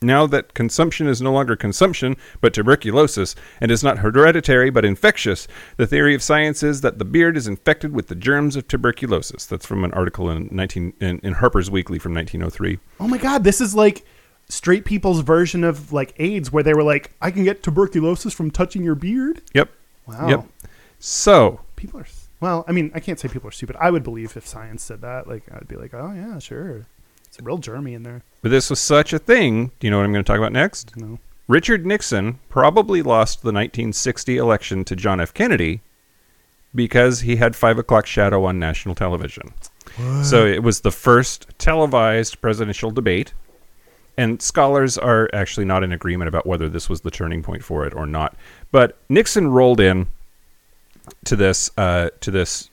S2: Now that consumption is no longer consumption, but tuberculosis, and is not hereditary but infectious, the theory of science is that the beard is infected with the germs of tuberculosis. That's from an article in, 19, in, in Harper's Weekly from 1903.
S3: Oh my god, this is like straight people's version of like AIDS where they were like, I can get tuberculosis from touching your beard.
S2: Yep.
S3: Wow.
S2: Yep. So,
S3: People are s- well, I mean, I can't say people are stupid. I would believe if science said that, like I'd be like, Oh yeah, sure. It's a real germy in there.
S2: But this was such a thing. Do you know what I'm going to talk about next?
S3: No.
S2: Richard Nixon probably lost the 1960 election to John F. Kennedy because he had five o'clock shadow on national television. So it was the first televised presidential debate. And scholars are actually not in agreement about whether this was the turning point for it or not. But Nixon rolled in to this uh, to this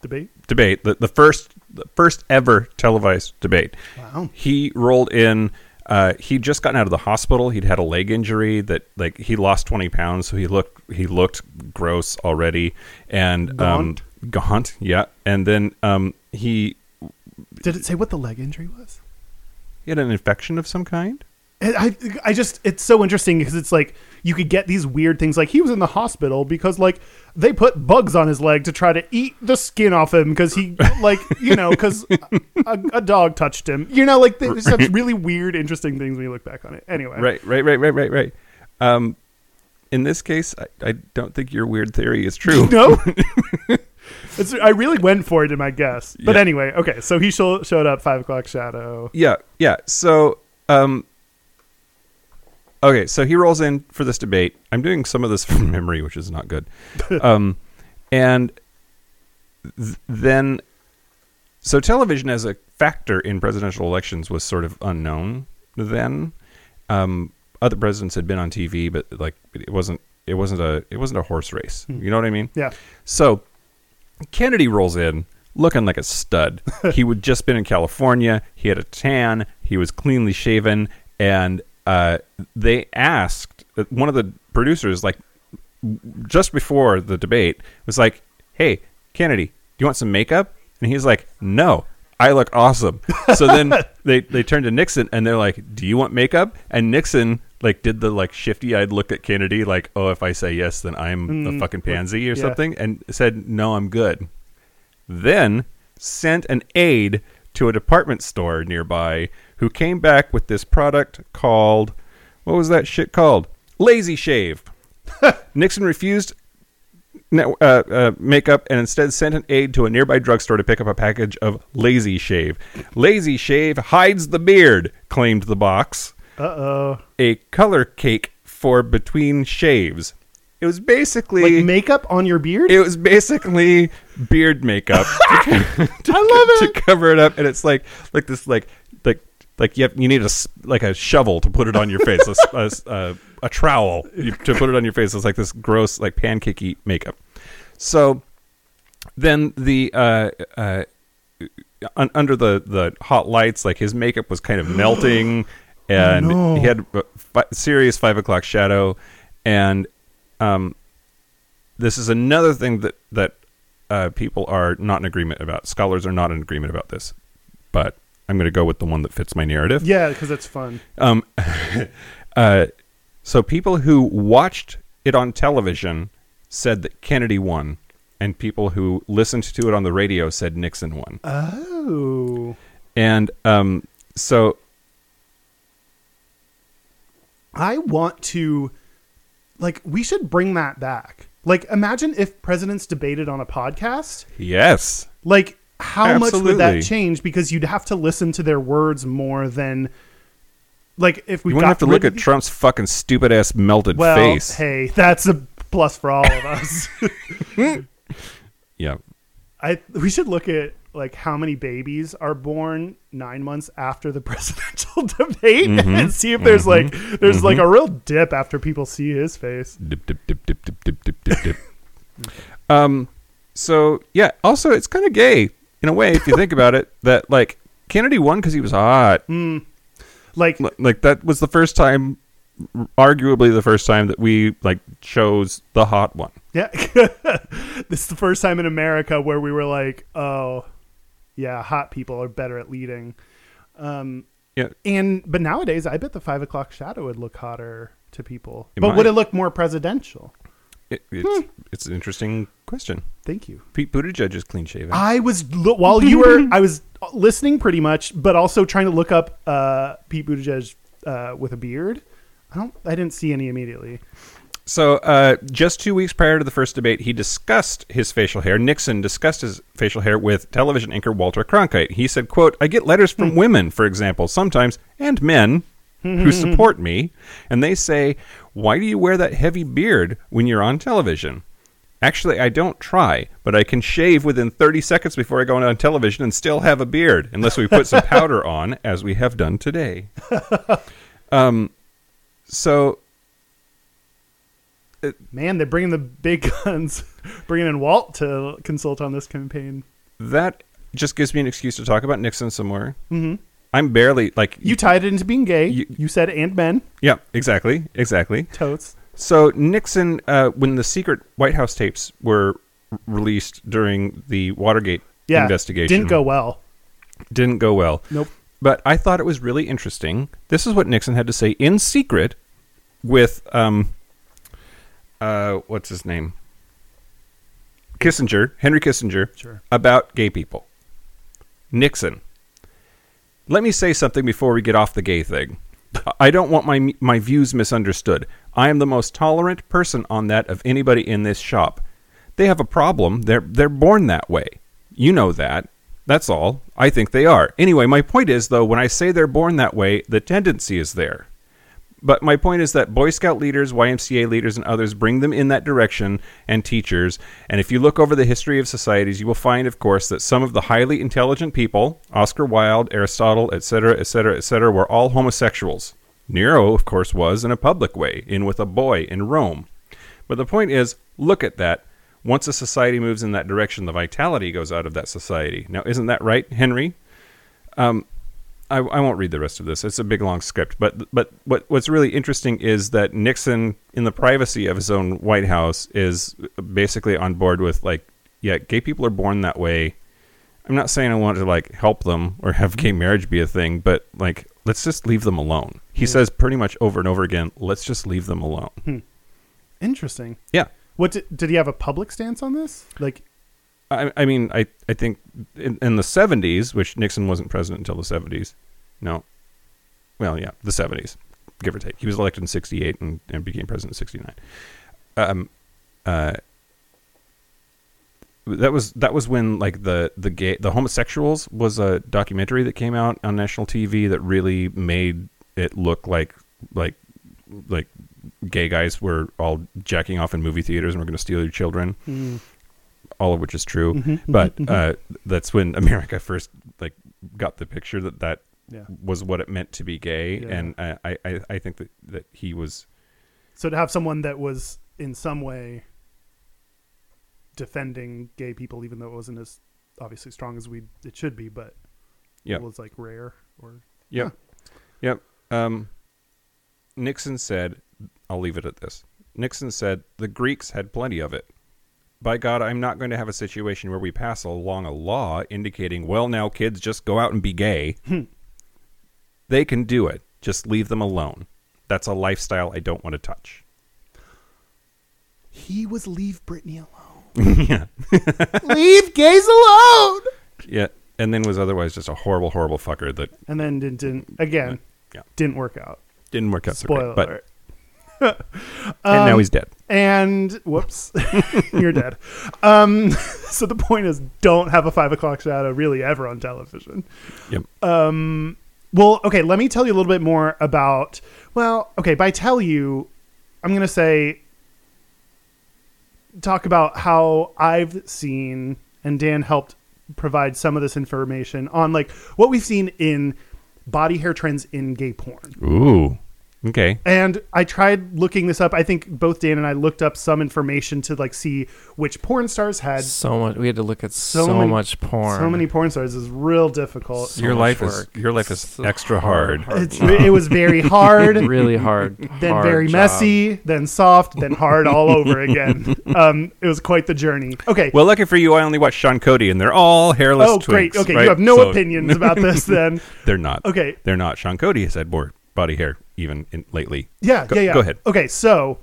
S3: Debate?
S2: debate, the, the first the first ever televised debate.
S3: Wow.
S2: He rolled in. Uh, he'd just gotten out of the hospital. He'd had a leg injury that, like, he lost twenty pounds, so he looked he looked gross already and
S3: Gaunt?
S2: um, gaunt, yeah. And then um, he,
S3: Did it say what the leg injury was?
S2: he had an infection of some kind.
S3: I, I I just it's so interesting because it's like you could get these weird things like he was in the hospital because like they put bugs on his leg to try to eat the skin off him because he like you know because a, a dog touched him you know like they just have really weird interesting things when you look back on it anyway
S2: Right, right, right, right, right, right. Um, in this case, I, I don't think your weird theory is
S3: *laughs*
S2: true.
S3: no
S2: *laughs*
S3: it's, I really went for it in my guess but
S2: Yeah.
S3: anyway okay so he sho- showed up five o'clock shadow
S2: Yeah, yeah. So, um, okay, so he rolls in for this debate. I'm doing some of this *laughs* from memory, which is not good. um, and th- then, so television as a factor in presidential elections was sort of unknown then. Um, other presidents had been on TV, but like it wasn't it wasn't a it wasn't a horse race. You know what I mean?
S3: yeah
S2: So Kennedy rolls in looking like a stud. he would just been in California. He had a tan. He was cleanly shaven, and uh, they asked one of the producers, like just before the debate, was like, "Hey, Kennedy, do you want some makeup?" And he's like, "No." I look
S3: *laughs*
S2: awesome. So then they, they turned to Nixon and they're like, "Do you want makeup?" And Nixon like did the like shifty-eyed look at Kennedy, like, "Oh, if I say yes, then I'm a fucking pansy or
S3: Mm, yeah.
S2: something," and said, "No, I'm good." then sent an aide to a department store nearby who came back with this product called what was that shit called? Lazy Shave. *laughs* Nixon refused no- uh, uh, makeup and instead sent an aide to a nearby drugstore to pick up a package of Lazy Shave. Lazy Shave hides the beard, claimed the box
S3: uh oh
S2: a color cake for between shaves. It was basically
S3: like makeup on your beard
S2: it was basically beard makeup. to, I love it to cover it up, and it's like like this like like like you have, you need a s- like a shovel to put it on your face, a s- a, s- a- a trowel you- to put it on your face. It's like this gross like pancakey makeup. So then the uh, uh, un- under the the hot lights, like his makeup was *gasps* kind of melting, and
S3: no.
S2: he had a fi- serious five o'clock shadow, and um, this is another thing that that uh, people are not in agreement about. Scholars are not in agreement about this, but I'm going to go with the one that fits my narrative.
S3: yeah because it's fun
S2: Um, Uh, so people who watched it on television said that Kennedy won, and people who listened to it on the radio said Nixon won.
S3: Oh.
S2: And um, so
S3: I want to like we should bring that back. Like imagine if presidents debated on a podcast.
S2: yes,
S3: Like how much would
S2: Absolutely.
S3: that change because you'd have to listen to their words more than like if we
S2: you wouldn't
S3: got
S2: have to look
S3: rid
S2: at
S3: of-
S2: Trump's fucking stupid ass melted
S3: well,
S2: face.
S3: Hey, that's a plus for all of us. *laughs*
S2: Yeah,
S3: I we should look at like how many babies are born nine months after the *laughs* presidential debate
S2: Mm-hmm.
S3: and see if there's like there's like a real dip after people see his face.
S2: Dip, dip, dip, dip, dip, dip, dip, dip, *laughs* dip. um, so yeah. Also, it's kind of gay in a way if you think about it. *laughs* That like Kennedy won because he was hot.
S3: Like
S2: L- Like that was the first time, arguably the first time that we like chose the hot one.
S3: yeah, *laughs* this is the first time in America where we were like, oh, yeah, hot people are better at leading. Um,
S2: Yeah.
S3: and but nowadays, I bet the five o'clock shadow would look hotter to people,
S2: It
S3: but
S2: might.
S3: would it look more presidential?
S2: It, it's it's an interesting question.
S3: Thank you.
S2: Pete Buttigieg is clean shaven.
S3: I was lo- while you were I was listening pretty much, but also trying to look up uh, Pete Buttigieg uh, with a beard. I don't. I didn't see any immediately.
S2: So, uh, just two weeks prior to the first debate, he discussed his facial hair. Nixon discussed his facial hair with television anchor Walter Cronkite. He said, "quote I get letters from women, for example, sometimes, and men who support me, and they say, "Why do you wear that heavy beard when you're on television?" Actually, I don't try, but I can shave within 30 seconds before I go on television and still have a beard, unless we put some powder on, as we have done today. Um, So,
S3: Man, they're bringing the big *laughs* guns, bringing in Walt to consult on this campaign.
S2: that just gives me an excuse to talk about Nixon some more. Mm-hmm. I'm barely like
S3: You tied it into being gay. You,
S2: You-
S3: said and men
S2: Yeah, exactly, exactly.
S3: totes.
S2: So Nixon, uh, when the secret White House tapes were r- released during the Watergate
S3: Yeah,
S2: investigation,
S3: didn't go well.
S2: didn't go well.
S3: Nope.
S2: But I thought it was really interesting. This is what Nixon had to say in secret with um, uh, what's his name, Kissinger, Henry Kissinger,
S3: Sure.
S2: about gay people. Nixon. Let me say something before we get off the gay thing. I don't want my my views misunderstood. I am the most tolerant person on that of anybody in this shop. They have a problem. They're they're born that way. You know that. That's all. I think they are. Anyway, my point is though when I say they're born that way, the tendency is there. But my point is that Boy Scout leaders, YMCA leaders, and others bring them in that direction, and teachers. And if you look over the history of societies, you will find, of course, that some of the highly intelligent people, Oscar Wilde, Aristotle, etc., etc., etc., were all homosexuals. Nero, of course, was in a public way, in with a boy in Rome. But the point is, look at that. Once a society moves in that direction, the vitality goes out of that society. Now, isn't that right, Henry? I, I won't read the rest of this. It's a big long script. But but what what's really interesting is that Nixon, in the privacy of his own White House, is basically on board with like, yeah, gay people are born that way. I'm not saying I want to like help them or have gay marriage be a thing, but like let's just leave them alone. He says pretty much over and over again, let's just leave them alone.
S3: Hmm. Interesting.
S2: Yeah.
S3: What did, did he have a public stance on this? Like,
S2: I, I mean, I, I think in, in the 70s, which Nixon wasn't president until the 70s. No. Well, yeah, the 70s, give or take. He was elected in 68 and, and became president in 69. Um, uh, that was that was when like the the gay the homosexuals was a documentary that came out on national TV that really made it look like like like gay guys were all jacking off in movie theaters and were going to steal your children
S3: hmm,
S2: all of which is true. But uh, that's when *laughs* America first like got the picture that that
S3: yeah.
S2: was what it meant to be gay,
S3: Yeah.
S2: and I, I- I I think that that he was
S3: So to have someone that was in some way defending gay people, even though it wasn't as obviously strong as we it should be, but
S2: yeah
S3: it was like rare or
S2: yep yep um, Nixon said I'll leave it at this. Nixon said the Greeks had plenty of it. By God, I'm not going to have a situation where we pass along a law indicating, well, now kids just go out and be gay. they can do it. Just leave them alone. That's a lifestyle I don't want to touch.
S3: He was leave Britney alone.
S2: yeah. *laughs*
S3: leave gays alone.
S2: Yeah. And then was otherwise just a horrible, horrible fucker that
S3: And then didn't, didn't again.
S2: Yeah.
S3: Didn't work out.
S2: didn't work out
S3: Spoiler
S2: so great. But
S3: alert. Um,
S2: and now he's dead.
S3: And whoops, *laughs* you're dead. Um, *laughs* so the point is, don't have a five o'clock shadow really ever on television. Um,
S2: Yep.
S3: Well, okay, let me tell you a little bit more about. Well, okay, by tell you, I'm going to say talk about how I've seen and Dan helped provide some of this information on like what we've seen in body hair trends in gay porn.
S2: Ooh. Okay.
S3: And I tried looking this up. I think both Dan and I looked up some information to like see which porn stars had
S4: So much. We had to look at so,
S3: So many-
S4: much porn.
S3: so many porn stars is real difficult.
S4: So
S2: your
S4: much
S2: life
S4: work.
S2: is your life is
S4: So
S2: extra hard.
S3: It's, it was
S2: *laughs*
S3: very hard. *laughs*
S4: really hard.
S3: then
S4: hard
S3: very
S4: job.
S3: messy, then soft, then hard all
S2: *laughs*
S3: over again. Um, it was quite the journey. Okay.
S2: Well, lucky for you, I only watch Sean Cody, and they're all hairless.
S3: oh,
S2: twinks,
S3: great. Okay.
S2: right?
S3: You have no
S2: So *laughs*
S3: opinions about this then.
S2: They're not.
S3: Okay.
S2: They're not. Sean Cody has had more body hair even in, lately.
S3: Yeah.
S2: Go-
S3: yeah. Yeah.
S2: go ahead.
S3: Okay. So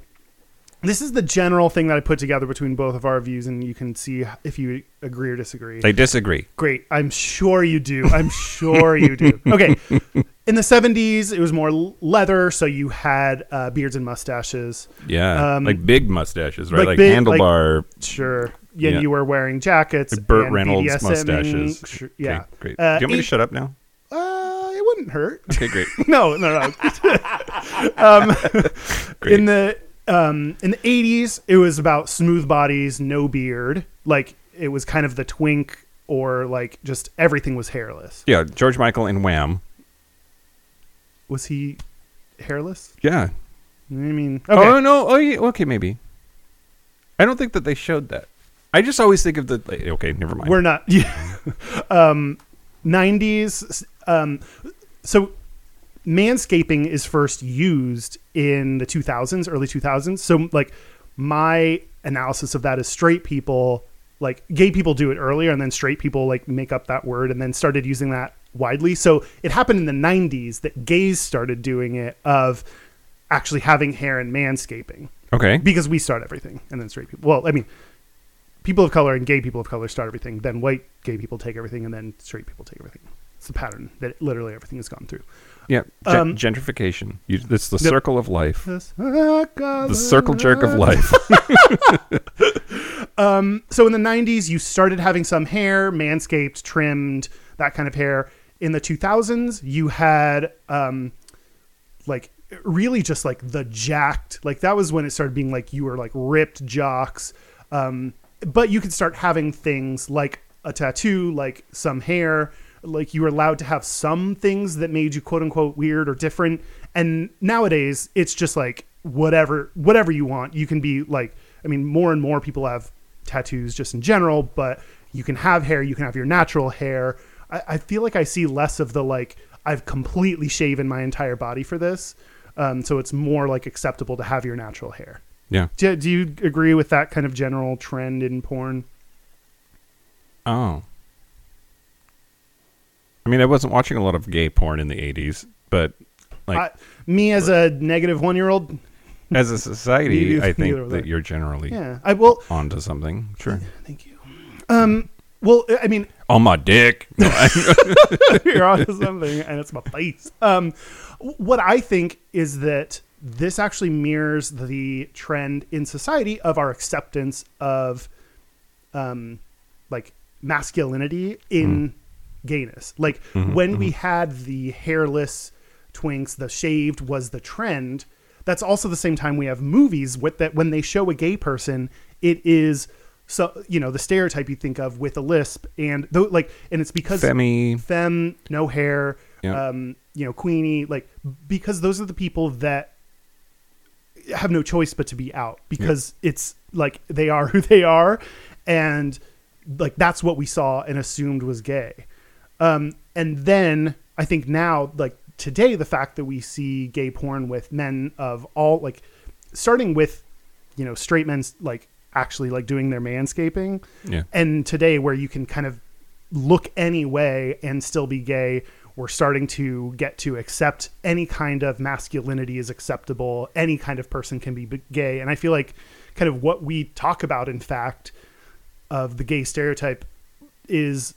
S3: this is the general thing that I put together between both of our views, and you can see if you agree or disagree.
S2: They disagree.
S3: great. I'm sure you do. I'm sure
S2: *laughs*
S3: you do. Okay. In the 70s, it was more l- leather, so you had uh, beards and mustaches.
S2: Yeah,
S3: Um,
S2: like big mustaches, right?
S3: like
S2: Like,
S3: big-
S2: handlebar.
S3: Sure. Yeah,
S2: Yeah.
S3: you were wearing jackets.
S2: Like Burt
S3: and
S2: Reynolds
S3: BDSM.
S2: mustaches.
S3: Sure, yeah.
S2: Okay, great.
S3: Uh,
S2: Do you want me
S3: e-
S2: to shut up now?
S3: Uh, it wouldn't hurt. *laughs*
S2: Okay, great.
S3: no, no, no.
S2: *laughs* Great.
S3: In the um, in the eighties, it was about smooth bodies, no beard. Like it was kind of the twink, or like just everything was hairless.
S2: yeah, George Michael and Wham.
S3: Was he hairless?
S2: Yeah.
S3: I mean, okay.
S2: Oh no. Oh yeah. Okay, maybe. I don't think that they showed that. I just always think of the. like, Okay, never mind.
S3: We're not. *laughs* Yeah. um, 90s. Um, so manscaping is first used in the 2000s, early 2000s. So, like, my analysis of that is straight people, like, gay people do it earlier, and then straight people, like, make up that word and then started using that widely. So, it happened in the 90s that gays started doing it of actually having hair and manscaping
S2: okay.
S3: because we start everything and then straight people well i mean people of color and gay people of color start everything then white gay people take everything and then straight people take everything it's the pattern that literally everything has gone through
S2: Yeah. Gen-
S3: Um,
S2: gentrification. You, it's the
S3: Yep.
S2: circle of life.
S3: the circle,
S2: The circle jerk of
S3: *laughs*
S2: life.
S3: so in the 90s you started having some hair manscaped trimmed that kind of hair in the 2000s you had um like really just like the jacked like that was when it started being like you were like ripped jocks um but you could start having things like a tattoo like some hair like you were allowed to have some things that made you quote unquote weird or different and nowadays it's just like whatever whatever you want you can be like i mean more and more people have tattoos just in general, but you can have hair, you can have your natural hair. I, I feel like I see less of the like, I've completely shaven my entire body for this. Um, so it's more like acceptable to have your natural hair.
S2: yeah.
S3: Do, do you agree with that kind of general trend in porn?
S2: Oh. I mean, I wasn't watching a lot of gay porn in the 80s, but like
S3: I, me as a negative one year old,
S2: as a society,
S3: Neither-
S2: I
S3: neither
S2: think
S3: was I.
S2: that you're generally
S3: yeah. I will.
S2: onto something. Sure.
S3: Thank you. Um, well, I mean,
S2: On my dick. No,
S3: *laughs*
S2: I-
S3: you're onto something, and it's my face. Um, what I think is that this actually mirrors the trend in society of our acceptance of, um, like masculinity in gayness. Like when we had the hairless twinks, the shaved was the trend. That's also the same time we have movies with that when they show a gay person, it is. So you know the stereotype you think of with a lisp and though like and it's because
S2: Femi.
S3: femme, no hair,
S2: Yeah.
S3: um, you know, Queenie, like because those are the people that have no choice but to be out because it's like they are who they are, and like that's what we saw and assumed was gay. Um, and then I think now, like today, the fact that we see gay porn with men of all like starting with you know straight men's like actually like doing their manscaping
S2: Yeah.
S3: and today where you can kind of look any way and still be gay we're starting to get to accept any kind of masculinity is acceptable. Any kind of person can be b- gay. And I feel like kind of what we talk about, in fact, of the gay stereotype is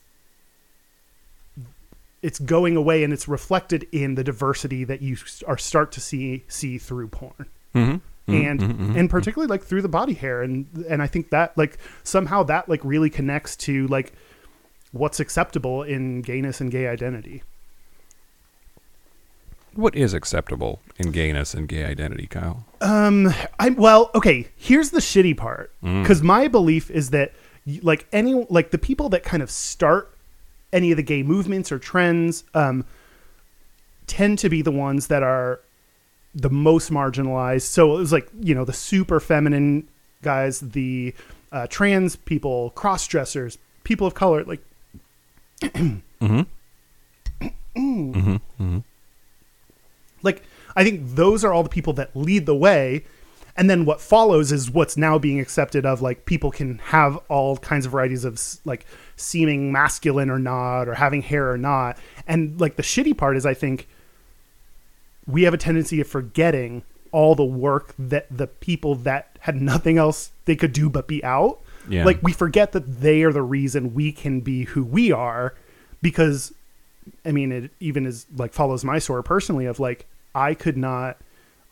S3: it's going away and it's reflected in the diversity that you s- are start to see see through porn
S2: Mm-hmm.
S3: and and particularly like through the body hair and and I think that like somehow that like really connects to like what's acceptable in gayness and gay identity.
S2: What is acceptable in gayness and gay identity, Kyle?
S3: I'm Um, well, okay, here's the shitty part cuz my belief is that y- like any like the people that kind of start any of the gay movements or trends um tend to be the ones that are the most marginalized. So it was like, you know, the super feminine guys, the uh, trans people, cross dressers, people of color, like Like, I think those are all the people that lead the way. And then what follows is what's now being accepted of like people can have all kinds of varieties of s- like seeming masculine or not, or having hair or not. And like the shitty part is, I think we have a tendency of forgetting all the work that the people that had nothing else they could do but be out.
S2: Yeah.
S3: Like we forget that they are the reason we can be who we are because I mean, it even is like follows my story personally of like I could not,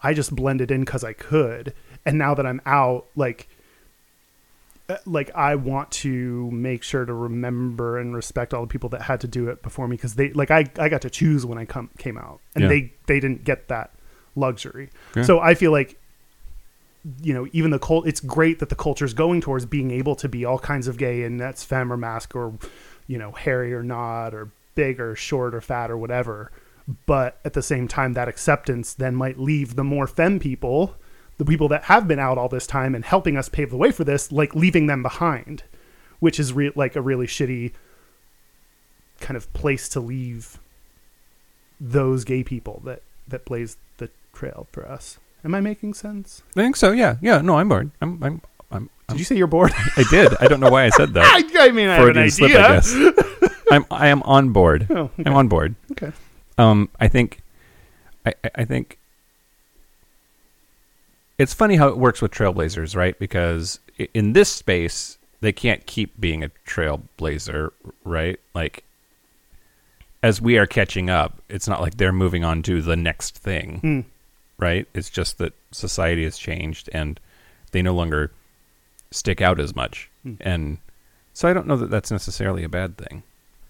S3: I just blended in because I could, and now that I'm out, like, uh, like I want to make sure to remember and respect all the people that had to do it before me because they like I I got to choose when I come came out, and
S2: Yeah.
S3: they they didn't get that luxury.
S2: Yeah.
S3: So I feel like you know even the cult it's great that the culture is going towards being able to be all kinds of gay and that's femme or mask or you know hairy or not or big or short or fat or whatever but at the same time that acceptance then might leave the more femme people the people that have been out all this time and helping us pave the way for this like leaving them behind which is re- like a really shitty kind of place to leave those gay people that that blaze the trail for us am i making sense
S2: I think so. Yeah, yeah. No, I'm bored. I'm. I'm. I'm,
S3: did
S2: I'm *laughs*
S3: you say you're bored? *laughs*
S2: I did. I don't know why I said that.
S3: I, I mean, I have an
S2: Freudian
S3: idea.
S2: slip, *laughs* I guess. *laughs* I'm. I am on board.
S3: Oh, okay.
S2: I'm on board.
S3: Okay.
S2: Um, I think, I, I- I think it's funny how it works with trailblazers, right? Because i- in this space, they can't keep being a trailblazer, right? Like, as we are catching up, it's not like they're moving on to the next thing, right? It's just that society has changed and they no longer stick out as much. And so I don't know that that's necessarily a bad thing.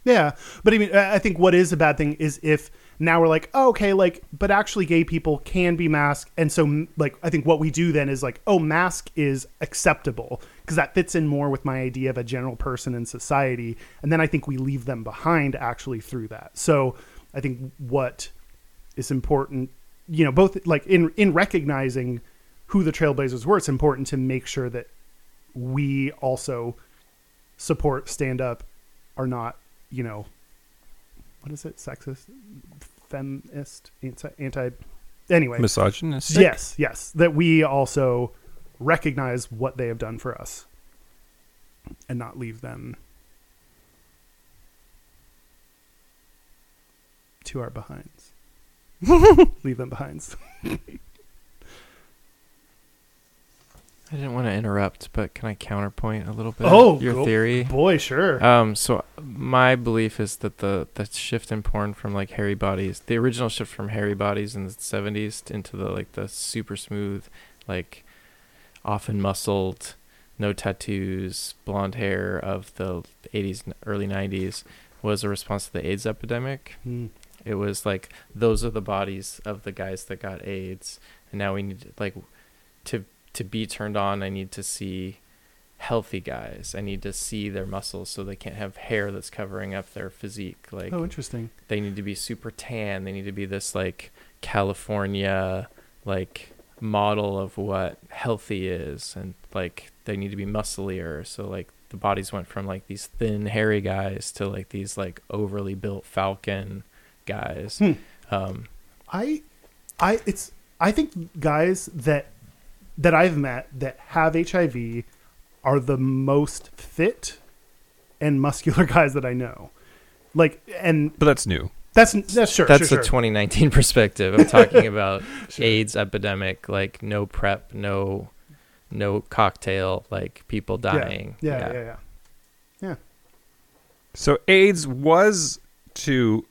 S3: Yeah, but I mean, I I think what is a bad thing is if now we're like, oh, okay, like, but actually, gay people can be masked, and so m- like, I think what we do then is like, oh, mask is acceptable because that fits in more with my idea of a general person in society, and then I think we leave them behind actually through that. So I think what is important, you know, both like in in recognizing who the trailblazers were, it's important to make sure that we also support stand up are not you know what is it sexist feminist anti anti anyway
S2: Misogynist.
S3: yes yes that we also recognize what they have done for us and not leave them to our behinds leave them behinds
S4: I didn't want to interrupt, but can I counterpoint a little bit?
S3: Oh,
S4: your
S3: go-
S4: theory.
S3: boy sure
S4: Um, so my belief is that the the shift in porn from like hairy bodies, the original shift from hairy bodies in the '70s into the like the super smooth, like often muscled, no tattoos, blonde hair of the '80s, and early '90s, was a response to the AIDS epidemic.
S3: Mm.
S4: It was like those are the bodies of the guys that got AIDS, and now we need like to to be turned on. I need to see healthy guys. I need to see their muscles so they can't have hair that's covering up their physique. Like
S3: oh interesting
S4: they need to be super tan. They need to be this like California like model of what healthy is and like they need to be musclier. So like the bodies went from like these thin hairy guys to like these like overly built falcon guys.
S3: Hmm.
S4: Um
S3: I, I, it's. I think guys that that I've met that have HIV are the most *laughs* fit and muscular guys that I know. Like, and
S2: But that's new.
S3: That's that's sure.
S4: That's
S3: sure,
S4: the
S3: sure.
S4: 2019 perspective. I'm
S3: *laughs*
S4: talking about AIDS epidemic, like no prep, no no cocktail, like people dying.
S3: Yeah, yeah, yeah, yeah.
S2: So AIDS was to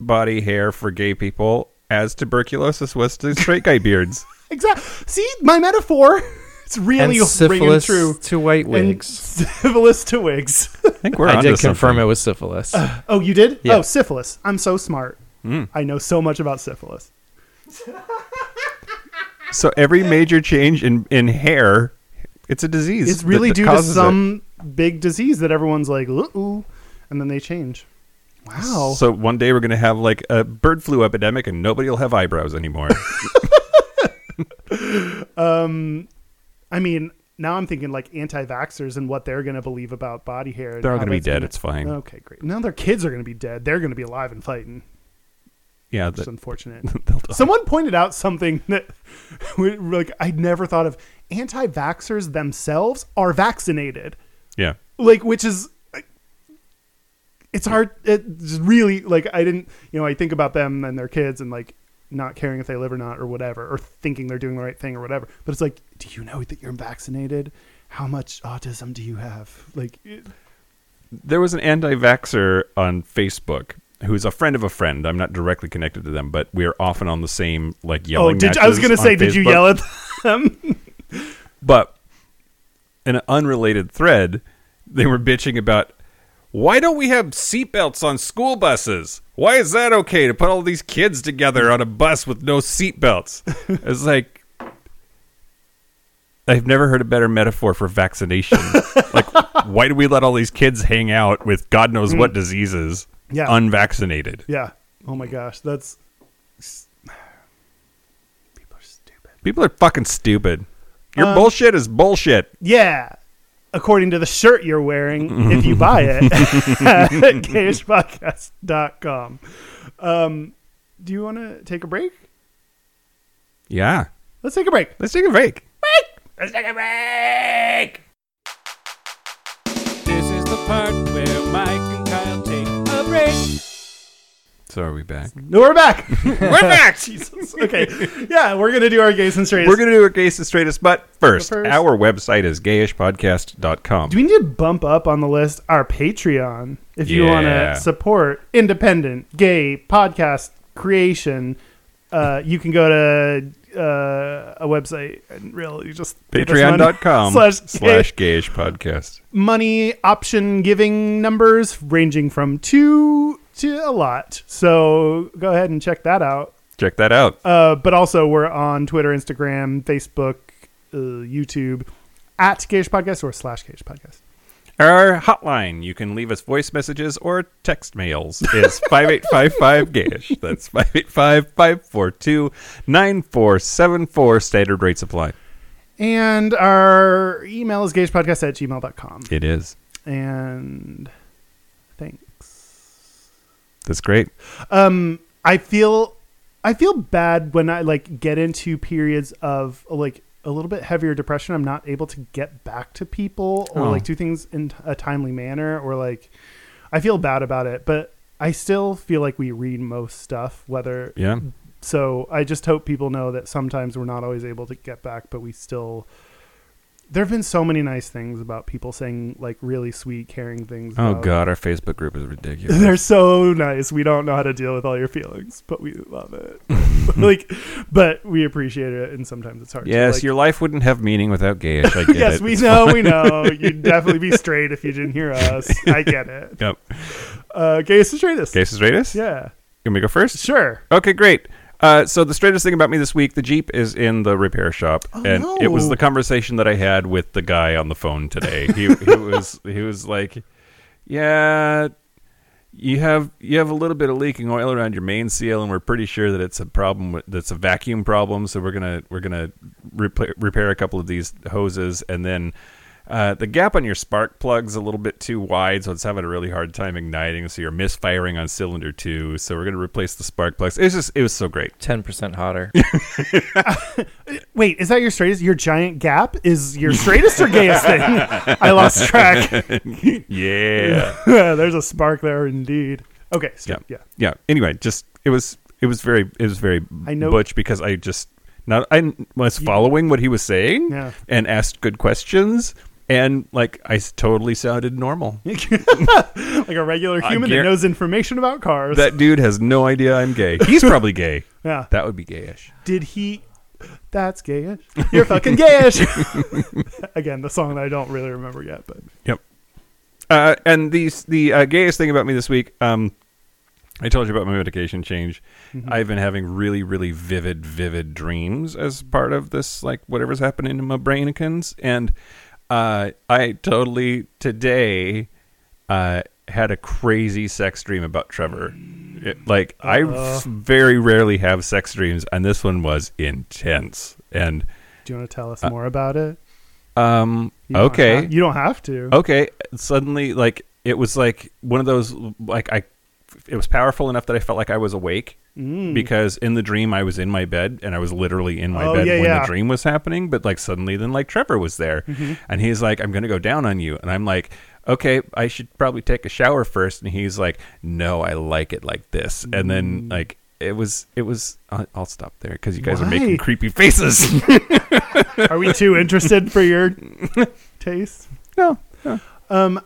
S2: body hair for gay people as tuberculosis was to straight guy
S3: *laughs*
S2: beards.
S3: Exactly. See my metaphor. *laughs* It's
S4: And
S3: really ringing
S4: syphilis
S3: true.
S4: to white
S3: And
S4: wigs.
S3: syphilis to wigs. *laughs*
S2: I think we're
S4: I
S2: onto
S4: did confirm
S2: something.
S4: it
S2: *sighs*
S4: was syphilis.
S3: Oh, you did?
S4: Yeah.
S3: Oh, syphilis. I'm so smart. I know so much about syphilis.
S2: So every major change in in hair, it's a disease.
S3: It's really
S2: that- that
S3: due to
S2: causes it.
S3: some big disease that everyone's like, ooh, and then they change. Wow.
S2: So one day we're gonna have like a bird flu epidemic, and nobody will have eyebrows
S3: *laughs*
S2: anymore.
S3: I mean, now I'm thinking like anti-vaxxers and what they're going to believe about body hair. and
S2: They're all
S3: how
S2: gonna be
S3: that's
S2: dead,
S3: gonna-
S2: it's fine.
S3: Okay, great. Now their kids are going to be dead. They're going to be alive and fighting.
S2: yeah,
S3: It's
S2: that-
S3: unfortunate.
S2: *laughs* they'll die.
S3: Someone pointed out something that, *laughs* we- like, I never thought of. Anti-vaxxers themselves are vaccinated.
S2: yeah.
S3: like which is it's hard it's really like i didn't you know i think about them and their kids and like not caring if they live or not or whatever or thinking they're doing the right thing or whatever but it's like do you know that you're vaccinated how much autism do you have like it-
S2: There was an anti-vaxxer on Facebook who's a friend of a friend. I'm not directly connected to them, but we're often on the same like
S3: oh
S2: yelling.
S3: did i was
S2: matches
S3: gonna
S2: on
S3: say did you
S2: Facebook.
S3: yell at them *laughs*
S2: But in an unrelated thread, they were bitching about why don't we have seatbelts on school buses? Why is that okay to put all these kids together on a bus with no
S3: *laughs*
S2: seatbelts? It's like I've never heard a better metaphor for
S3: *laughs*
S2: vaccination. like, why do we let all these kids hang out with God knows what diseases
S3: Mm. Yeah.
S2: unvaccinated?
S3: yeah oh my gosh that's people are stupid
S2: People are fucking stupid. Your
S3: Um,
S2: bullshit is bullshit.
S3: Yeah. According to the shirt you're wearing, if you buy
S2: *laughs*
S3: it at gayishpodcast.com. Um, do you want to take a break?
S2: Yeah.
S3: Let's take a break.
S2: Let's take a break.
S3: Let's take a break.
S1: This is the part where Mike and Kyle take a break.
S2: So are we back?
S3: No, *laughs* we're back.
S2: We're back.
S3: *laughs* Jesus. Okay. Yeah, we're going to do our gays and straights.
S2: We're going to do a gays and straightest, but first,
S3: But first-
S2: our website is gayishpodcast.com.
S3: do we need to bump up on the list our Patreon if you want
S2: Yeah.
S3: to support independent gay podcast creation? Uh, you can go to uh, a website and really just give us money.
S2: Patreon.com
S3: *laughs* slash gay-
S2: slash gayishpodcast.
S3: money option giving numbers ranging from two to a lot. So go ahead and check that out.
S2: Check that out.
S3: Uh, but also, we're on Twitter, Instagram, Facebook, uh, YouTube at Gage Podcast or slash Gage Podcast.
S2: Our hotline, you can leave us voice messages or text mails,
S3: *laughs*
S2: is 5855 gayish. That's 585 542 9474, standard rate supply.
S3: And our email is gagepodcast at gmail.com.
S2: It is.
S3: And thanks.
S2: That's great.
S3: um i feel i feel bad when i like get into periods of like a little bit heavier depression i'm not able to get back to people or
S2: Oh.
S3: like do things in a timely manner or like i feel bad about it but i still feel like we read most stuff whether
S2: Yeah.
S3: so i just hope people know that sometimes we're not always able to get back but we still there have been so many nice things about people saying like really sweet caring things
S2: Oh,
S3: about-
S2: God, our Facebook group is ridiculous.
S3: they're so nice. We don't know how to deal with all your feelings, but we love it. *laughs* like, but we appreciate it, and sometimes it's hard.
S2: yes,
S3: to,
S2: your
S3: like,
S2: life wouldn't have meaning without gayish.
S3: *laughs*
S2: I get
S3: Yes,
S2: it.
S3: we
S2: It's
S3: know, we
S2: *laughs*
S3: know. You'd definitely be straight if you didn't hear us. I get it.
S2: Yep.
S3: Uh, gayest to straightest.
S2: Gayish is straightest?
S3: Yeah,
S2: Can we go first?
S3: sure.
S2: Okay, great. Uh, so the straightest thing about me this week, the Jeep is in the repair shop, and
S3: no.
S2: it was the conversation that I had with the guy on the phone today. He, he was he was like, "Yeah, you have you have a little bit of leaking oil around your main seal, and we're pretty sure that it's a problem. With, that's a vacuum problem. So we're gonna we're gonna repa- repair a couple of these hoses, and then." Uh, the gap on your spark plug's a little bit too wide, so it's having a really hard time igniting. So you're misfiring on cylinder two. So we're gonna replace the spark plugs. It was just, it was so great. *laughs*
S4: Ten percent hotter.
S3: Wait, is that your straightest? Your giant gap is your straightest or
S2: *laughs*
S3: gayest thing? I lost track. *laughs*
S2: Yeah.
S3: There's a spark there, indeed. Okay. Skip. Yeah.
S2: yeah. Anyway, just it was it was very it was very
S3: I know-
S2: butch because I just not I was following what he was saying
S3: Yeah.
S2: and asked good questions and like I s- totally sounded normal.
S3: Like a regular
S2: I
S3: human
S2: guar-
S3: that knows information about cars.
S2: that dude has no idea I'm gay. He's probably
S3: *laughs*
S2: gay.
S3: yeah.
S2: That would be gayish.
S3: Did he? That's gayish. You're fucking gayish. Again, the song that I don't really remember yet, but
S2: Yep. Uh, and the the uh, gayest thing about me this week, um, I told you about my medication change. I've been having really, really vivid, vivid dreams as part of this, like whatever's happening in my brainikins. And uh, I totally today uh, had a crazy sex dream about Trevor. It- like I f- very rarely have sex dreams, and this one was intense. And
S3: do you want to tell us more about it?
S2: um,
S3: You don't
S2: okay,
S3: have- you don't have to.
S2: okay suddenly like it was like one of those like i it was powerful enough that i felt like i was awake
S3: Mm.
S2: because in the dream i was in my bed and i was literally in my
S3: Oh,
S2: bed
S3: yeah,
S2: when
S3: yeah. Mm-hmm.
S2: the dream was happening but like suddenly then like trevor was there and he's like i'm gonna go down on you and i'm like okay i should probably take a shower first and he's like no i like it like this and
S3: Mm.
S2: then like it was it was i'll, I'll stop there because you guys are
S3: Why?
S2: making creepy *laughs*
S3: *laughs*
S2: faces
S3: Are we too interested for your taste?
S2: no
S3: Um,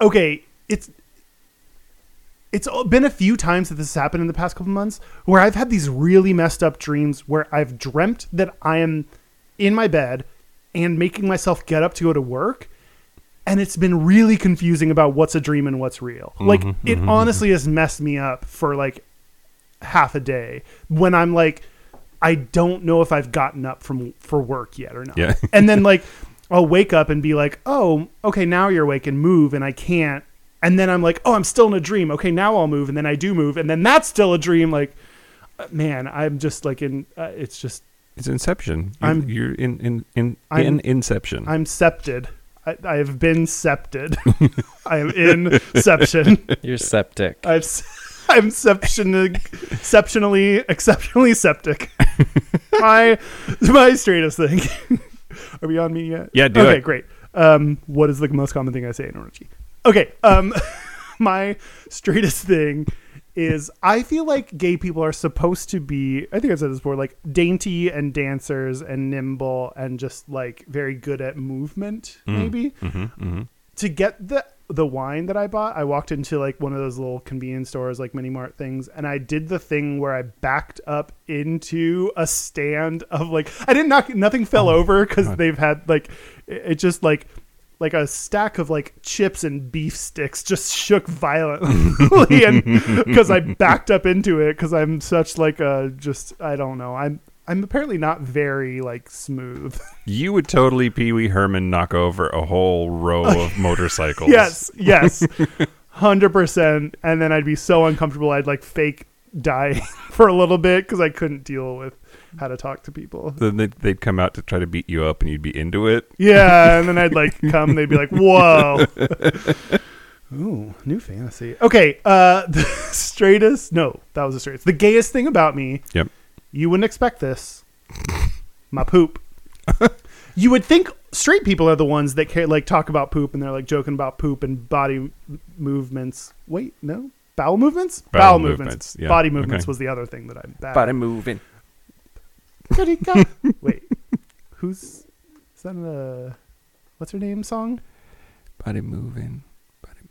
S3: okay, it's it's all- been a few times that this has happened in the past couple months where I've had these really messed up dreams where I've dreamt that I am in my bed and making myself get up to go to work. And it's been really confusing about what's a dream and what's real. Like it honestly has messed me up for like half a day when I'm like, I don't know if I've gotten up from for work yet or not.
S2: Yeah.
S3: and then like I'll wake up and be like, oh, okay, now you're awake and move, and I can't. And then I'm like, oh, I'm still in a dream. Okay, now I'll move, and then I do move, and then that's still a dream. Like, uh, man, I'm just like in. Uh, it's just
S2: it's inception You're-
S3: I'm-
S2: you're in in in,
S3: I'm-
S2: in inception
S3: I'm septed. I, I have been septed. *laughs* I am inception.
S4: You're septic.
S3: I've. s- *laughs* I'm seption- exceptionally, exceptionally
S2: *laughs*
S3: septic. my, my straightest thing. *laughs* Are we on me yet?
S2: Yeah, do
S3: okay,
S2: it.
S3: great. Um, what is the most common thing I say in Orochi? Okay, um, *laughs* my straightest thing is I feel like gay people are supposed to be, I think I've said this before, like dainty and dancers and nimble and just like very good at movement,
S2: Mm.
S3: maybe. To get the the wine that I bought, I walked into like one of those little convenience stores, like mini mart things, and I did the thing where I backed up into a stand of like I didn't knock nothing fell over because they've had like it it just like like a stack of like chips and beef sticks just shook violently and because i backed up into it because i'm such like a just i don't know i'm i'm apparently not very like smooth
S2: You would totally Pee Wee Herman knock over a whole row *laughs* of motorcycles.
S3: yes *laughs* yes 100% and then i'd be so uncomfortable i'd like fake die *laughs* for a little bit because i couldn't deal with how to talk to people
S2: Then they'd, they'd come out to try to beat you up and you'd be into it.
S3: Yeah, and then I'd like come, they'd *laughs* be like, "Whoa." Ooh, new fantasy. Okay, uh *laughs* the straightest no, that was the straightest. The gayest thing about me,
S2: Yep.
S3: you wouldn't expect this. My
S2: *laughs*
S3: poop. you would think straight people are the ones that care like talk about poop and they're like joking about poop and body m- movements. Wait, no. Bowel movements?
S2: Bowel movements, yeah,
S3: Body movements
S2: okay.
S3: was the other thing that I'm bad.
S4: Body
S3: at.
S4: moving.
S2: *laughs*
S3: Kurika. Wait, who's is that in the what's her name song?
S2: Body moving. Body moving.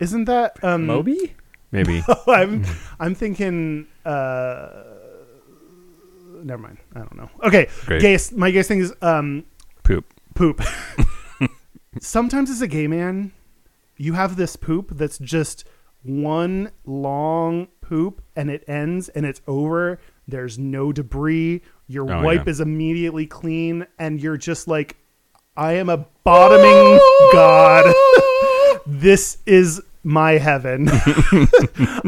S3: Isn't that um,
S4: Moby?
S2: *laughs* Maybe.
S3: *laughs* I'm I'm thinking. Uh, never mind. I don't know. Okay,
S2: Great.
S3: gayest. My gayest thing is um,
S2: Poop.
S3: poop. *laughs* Sometimes as a gay man, you have this poop that's just one long poop and it ends and it's over. There's no debris. Your
S2: Oh,
S3: wipe
S2: yeah.
S3: is immediately clean and you're just like I am a bottoming
S2: *laughs*
S3: god. this is my heaven. *laughs*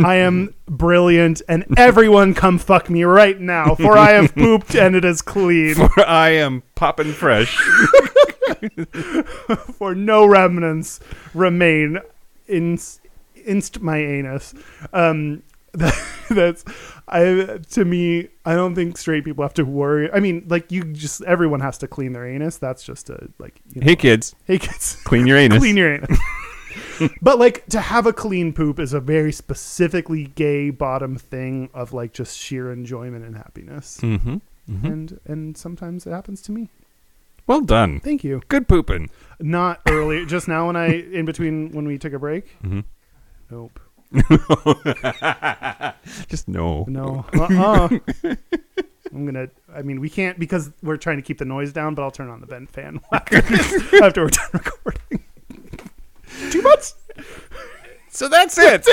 S3: I am brilliant and everyone come fuck me right now for I have pooped and it is clean.
S2: *laughs* I am popping fresh.
S3: for no remnants remain in inst my anus. Um, *laughs* that, that's I to me. I don't think straight people have to worry. I mean, like you just everyone has to clean their anus. That's just a like. You know, *laughs*
S2: hey, kids,
S3: hey kids,
S2: clean your anus.
S3: clean your anus. *laughs* but like to have a clean poop is a very specifically gay bottom thing of like just sheer enjoyment and happiness.
S2: Mm-hmm.
S3: And and sometimes it happens to me.
S2: Well done.
S3: Thank you.
S2: Good pooping.
S3: Not earlier, just now when I in between when we took a break.
S2: Mm-hmm.
S3: Nope.
S2: Just no.
S3: No. Uh-uh. I'm gonna. I mean, we can't because we're trying to keep the noise down. But I'll turn on the vent fan *laughs* after, after we're done recording.
S2: Too much. So that's it.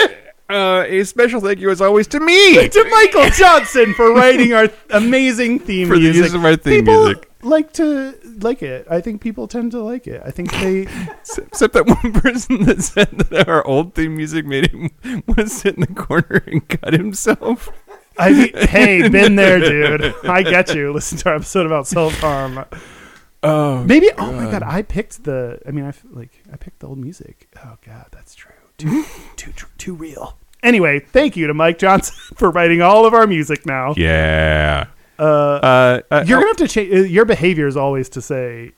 S2: Uh, a special thank you, as always, to me.
S3: to Michael Johnson for writing our amazing theme
S2: For the
S3: music.
S2: use of our theme
S3: people
S2: music.
S3: like to like it. I think people tend to like it. I think they.
S2: Except that one *laughs* person that said that our old theme music made him *laughs* want to sit in the corner and cut himself.
S3: I mean, hey, been there, dude. I get you. Listen to our episode about self harm.
S2: Oh,
S3: Maybe. Oh my god, I picked the. I mean, I f- like I picked the old music. Oh god, that's true.
S2: *laughs*
S3: Too too tr- too real. Anyway, thank you to Mike Johnson *laughs* for writing all of our music. Now
S2: yeah.
S3: uh,
S2: Uh, uh,
S3: you're gonna have to change your behavior is always to say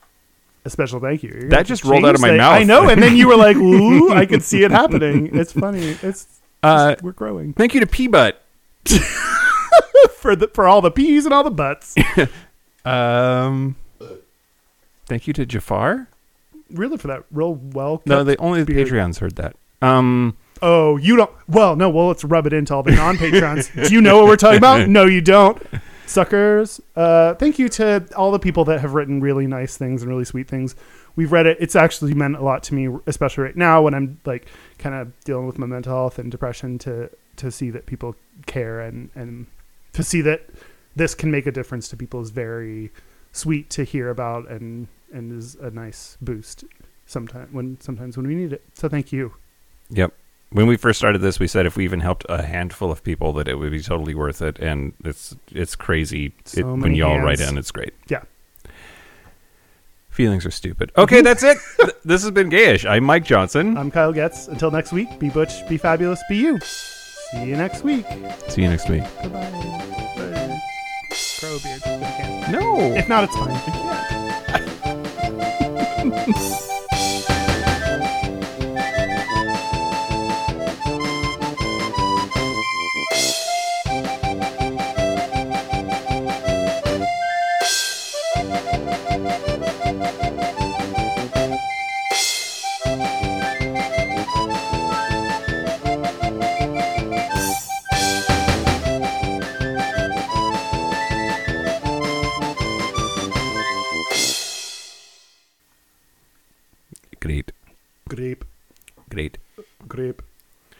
S3: a special thank you. You're gonna
S2: That
S3: have to
S2: just rolled out of my
S3: change that.
S2: mouth.
S3: I know, and then you
S2: *laughs*
S3: were like, "Ooh, I could see it happening." It's funny. It's
S2: Uh,
S3: we're growing *laughs*
S2: thank you to Peabut.
S3: for the for all the peas and all
S2: *laughs*
S3: the butts.
S2: Um, thank you to Jafar.
S3: really for that real well.
S2: No,
S3: kept-
S2: they only the
S3: beard.
S2: Patreons heard that. Um,
S3: Oh, you don't. Well, no. Well, let's rub it into all the non patrons. Do you know what we're talking about? No, you don't, suckers. Uh, thank you to all the people that have written really nice things and really sweet things. We've read it. It's actually meant a lot to me, especially right now when I'm like kind of dealing with my mental health and depression. To to see that people care and and to see that this can make a difference to people is very sweet to hear about and and is a nice boost sometimes when sometimes when we need it. So thank you.
S2: yep. When we first started this, we said if we even helped a handful of people, that it would be totally worth it. And it's it's crazy
S3: So
S2: it, when
S3: many
S2: y'all write
S3: hands.
S2: in. It's great.
S3: Yeah.
S2: Feelings are stupid. Okay, that's
S3: *laughs*
S2: it. Th- this has been Gayish. I'm Mike Johnson.
S3: I'm Kyle Getz. Until next week, be butch, be fabulous, be you. See you next week.
S2: See you next week.
S3: Goodbye. Grow a beard. but I can't.
S2: No.
S3: If not, it's fine.
S2: Great.
S3: Grape.
S2: Great.
S3: Grape.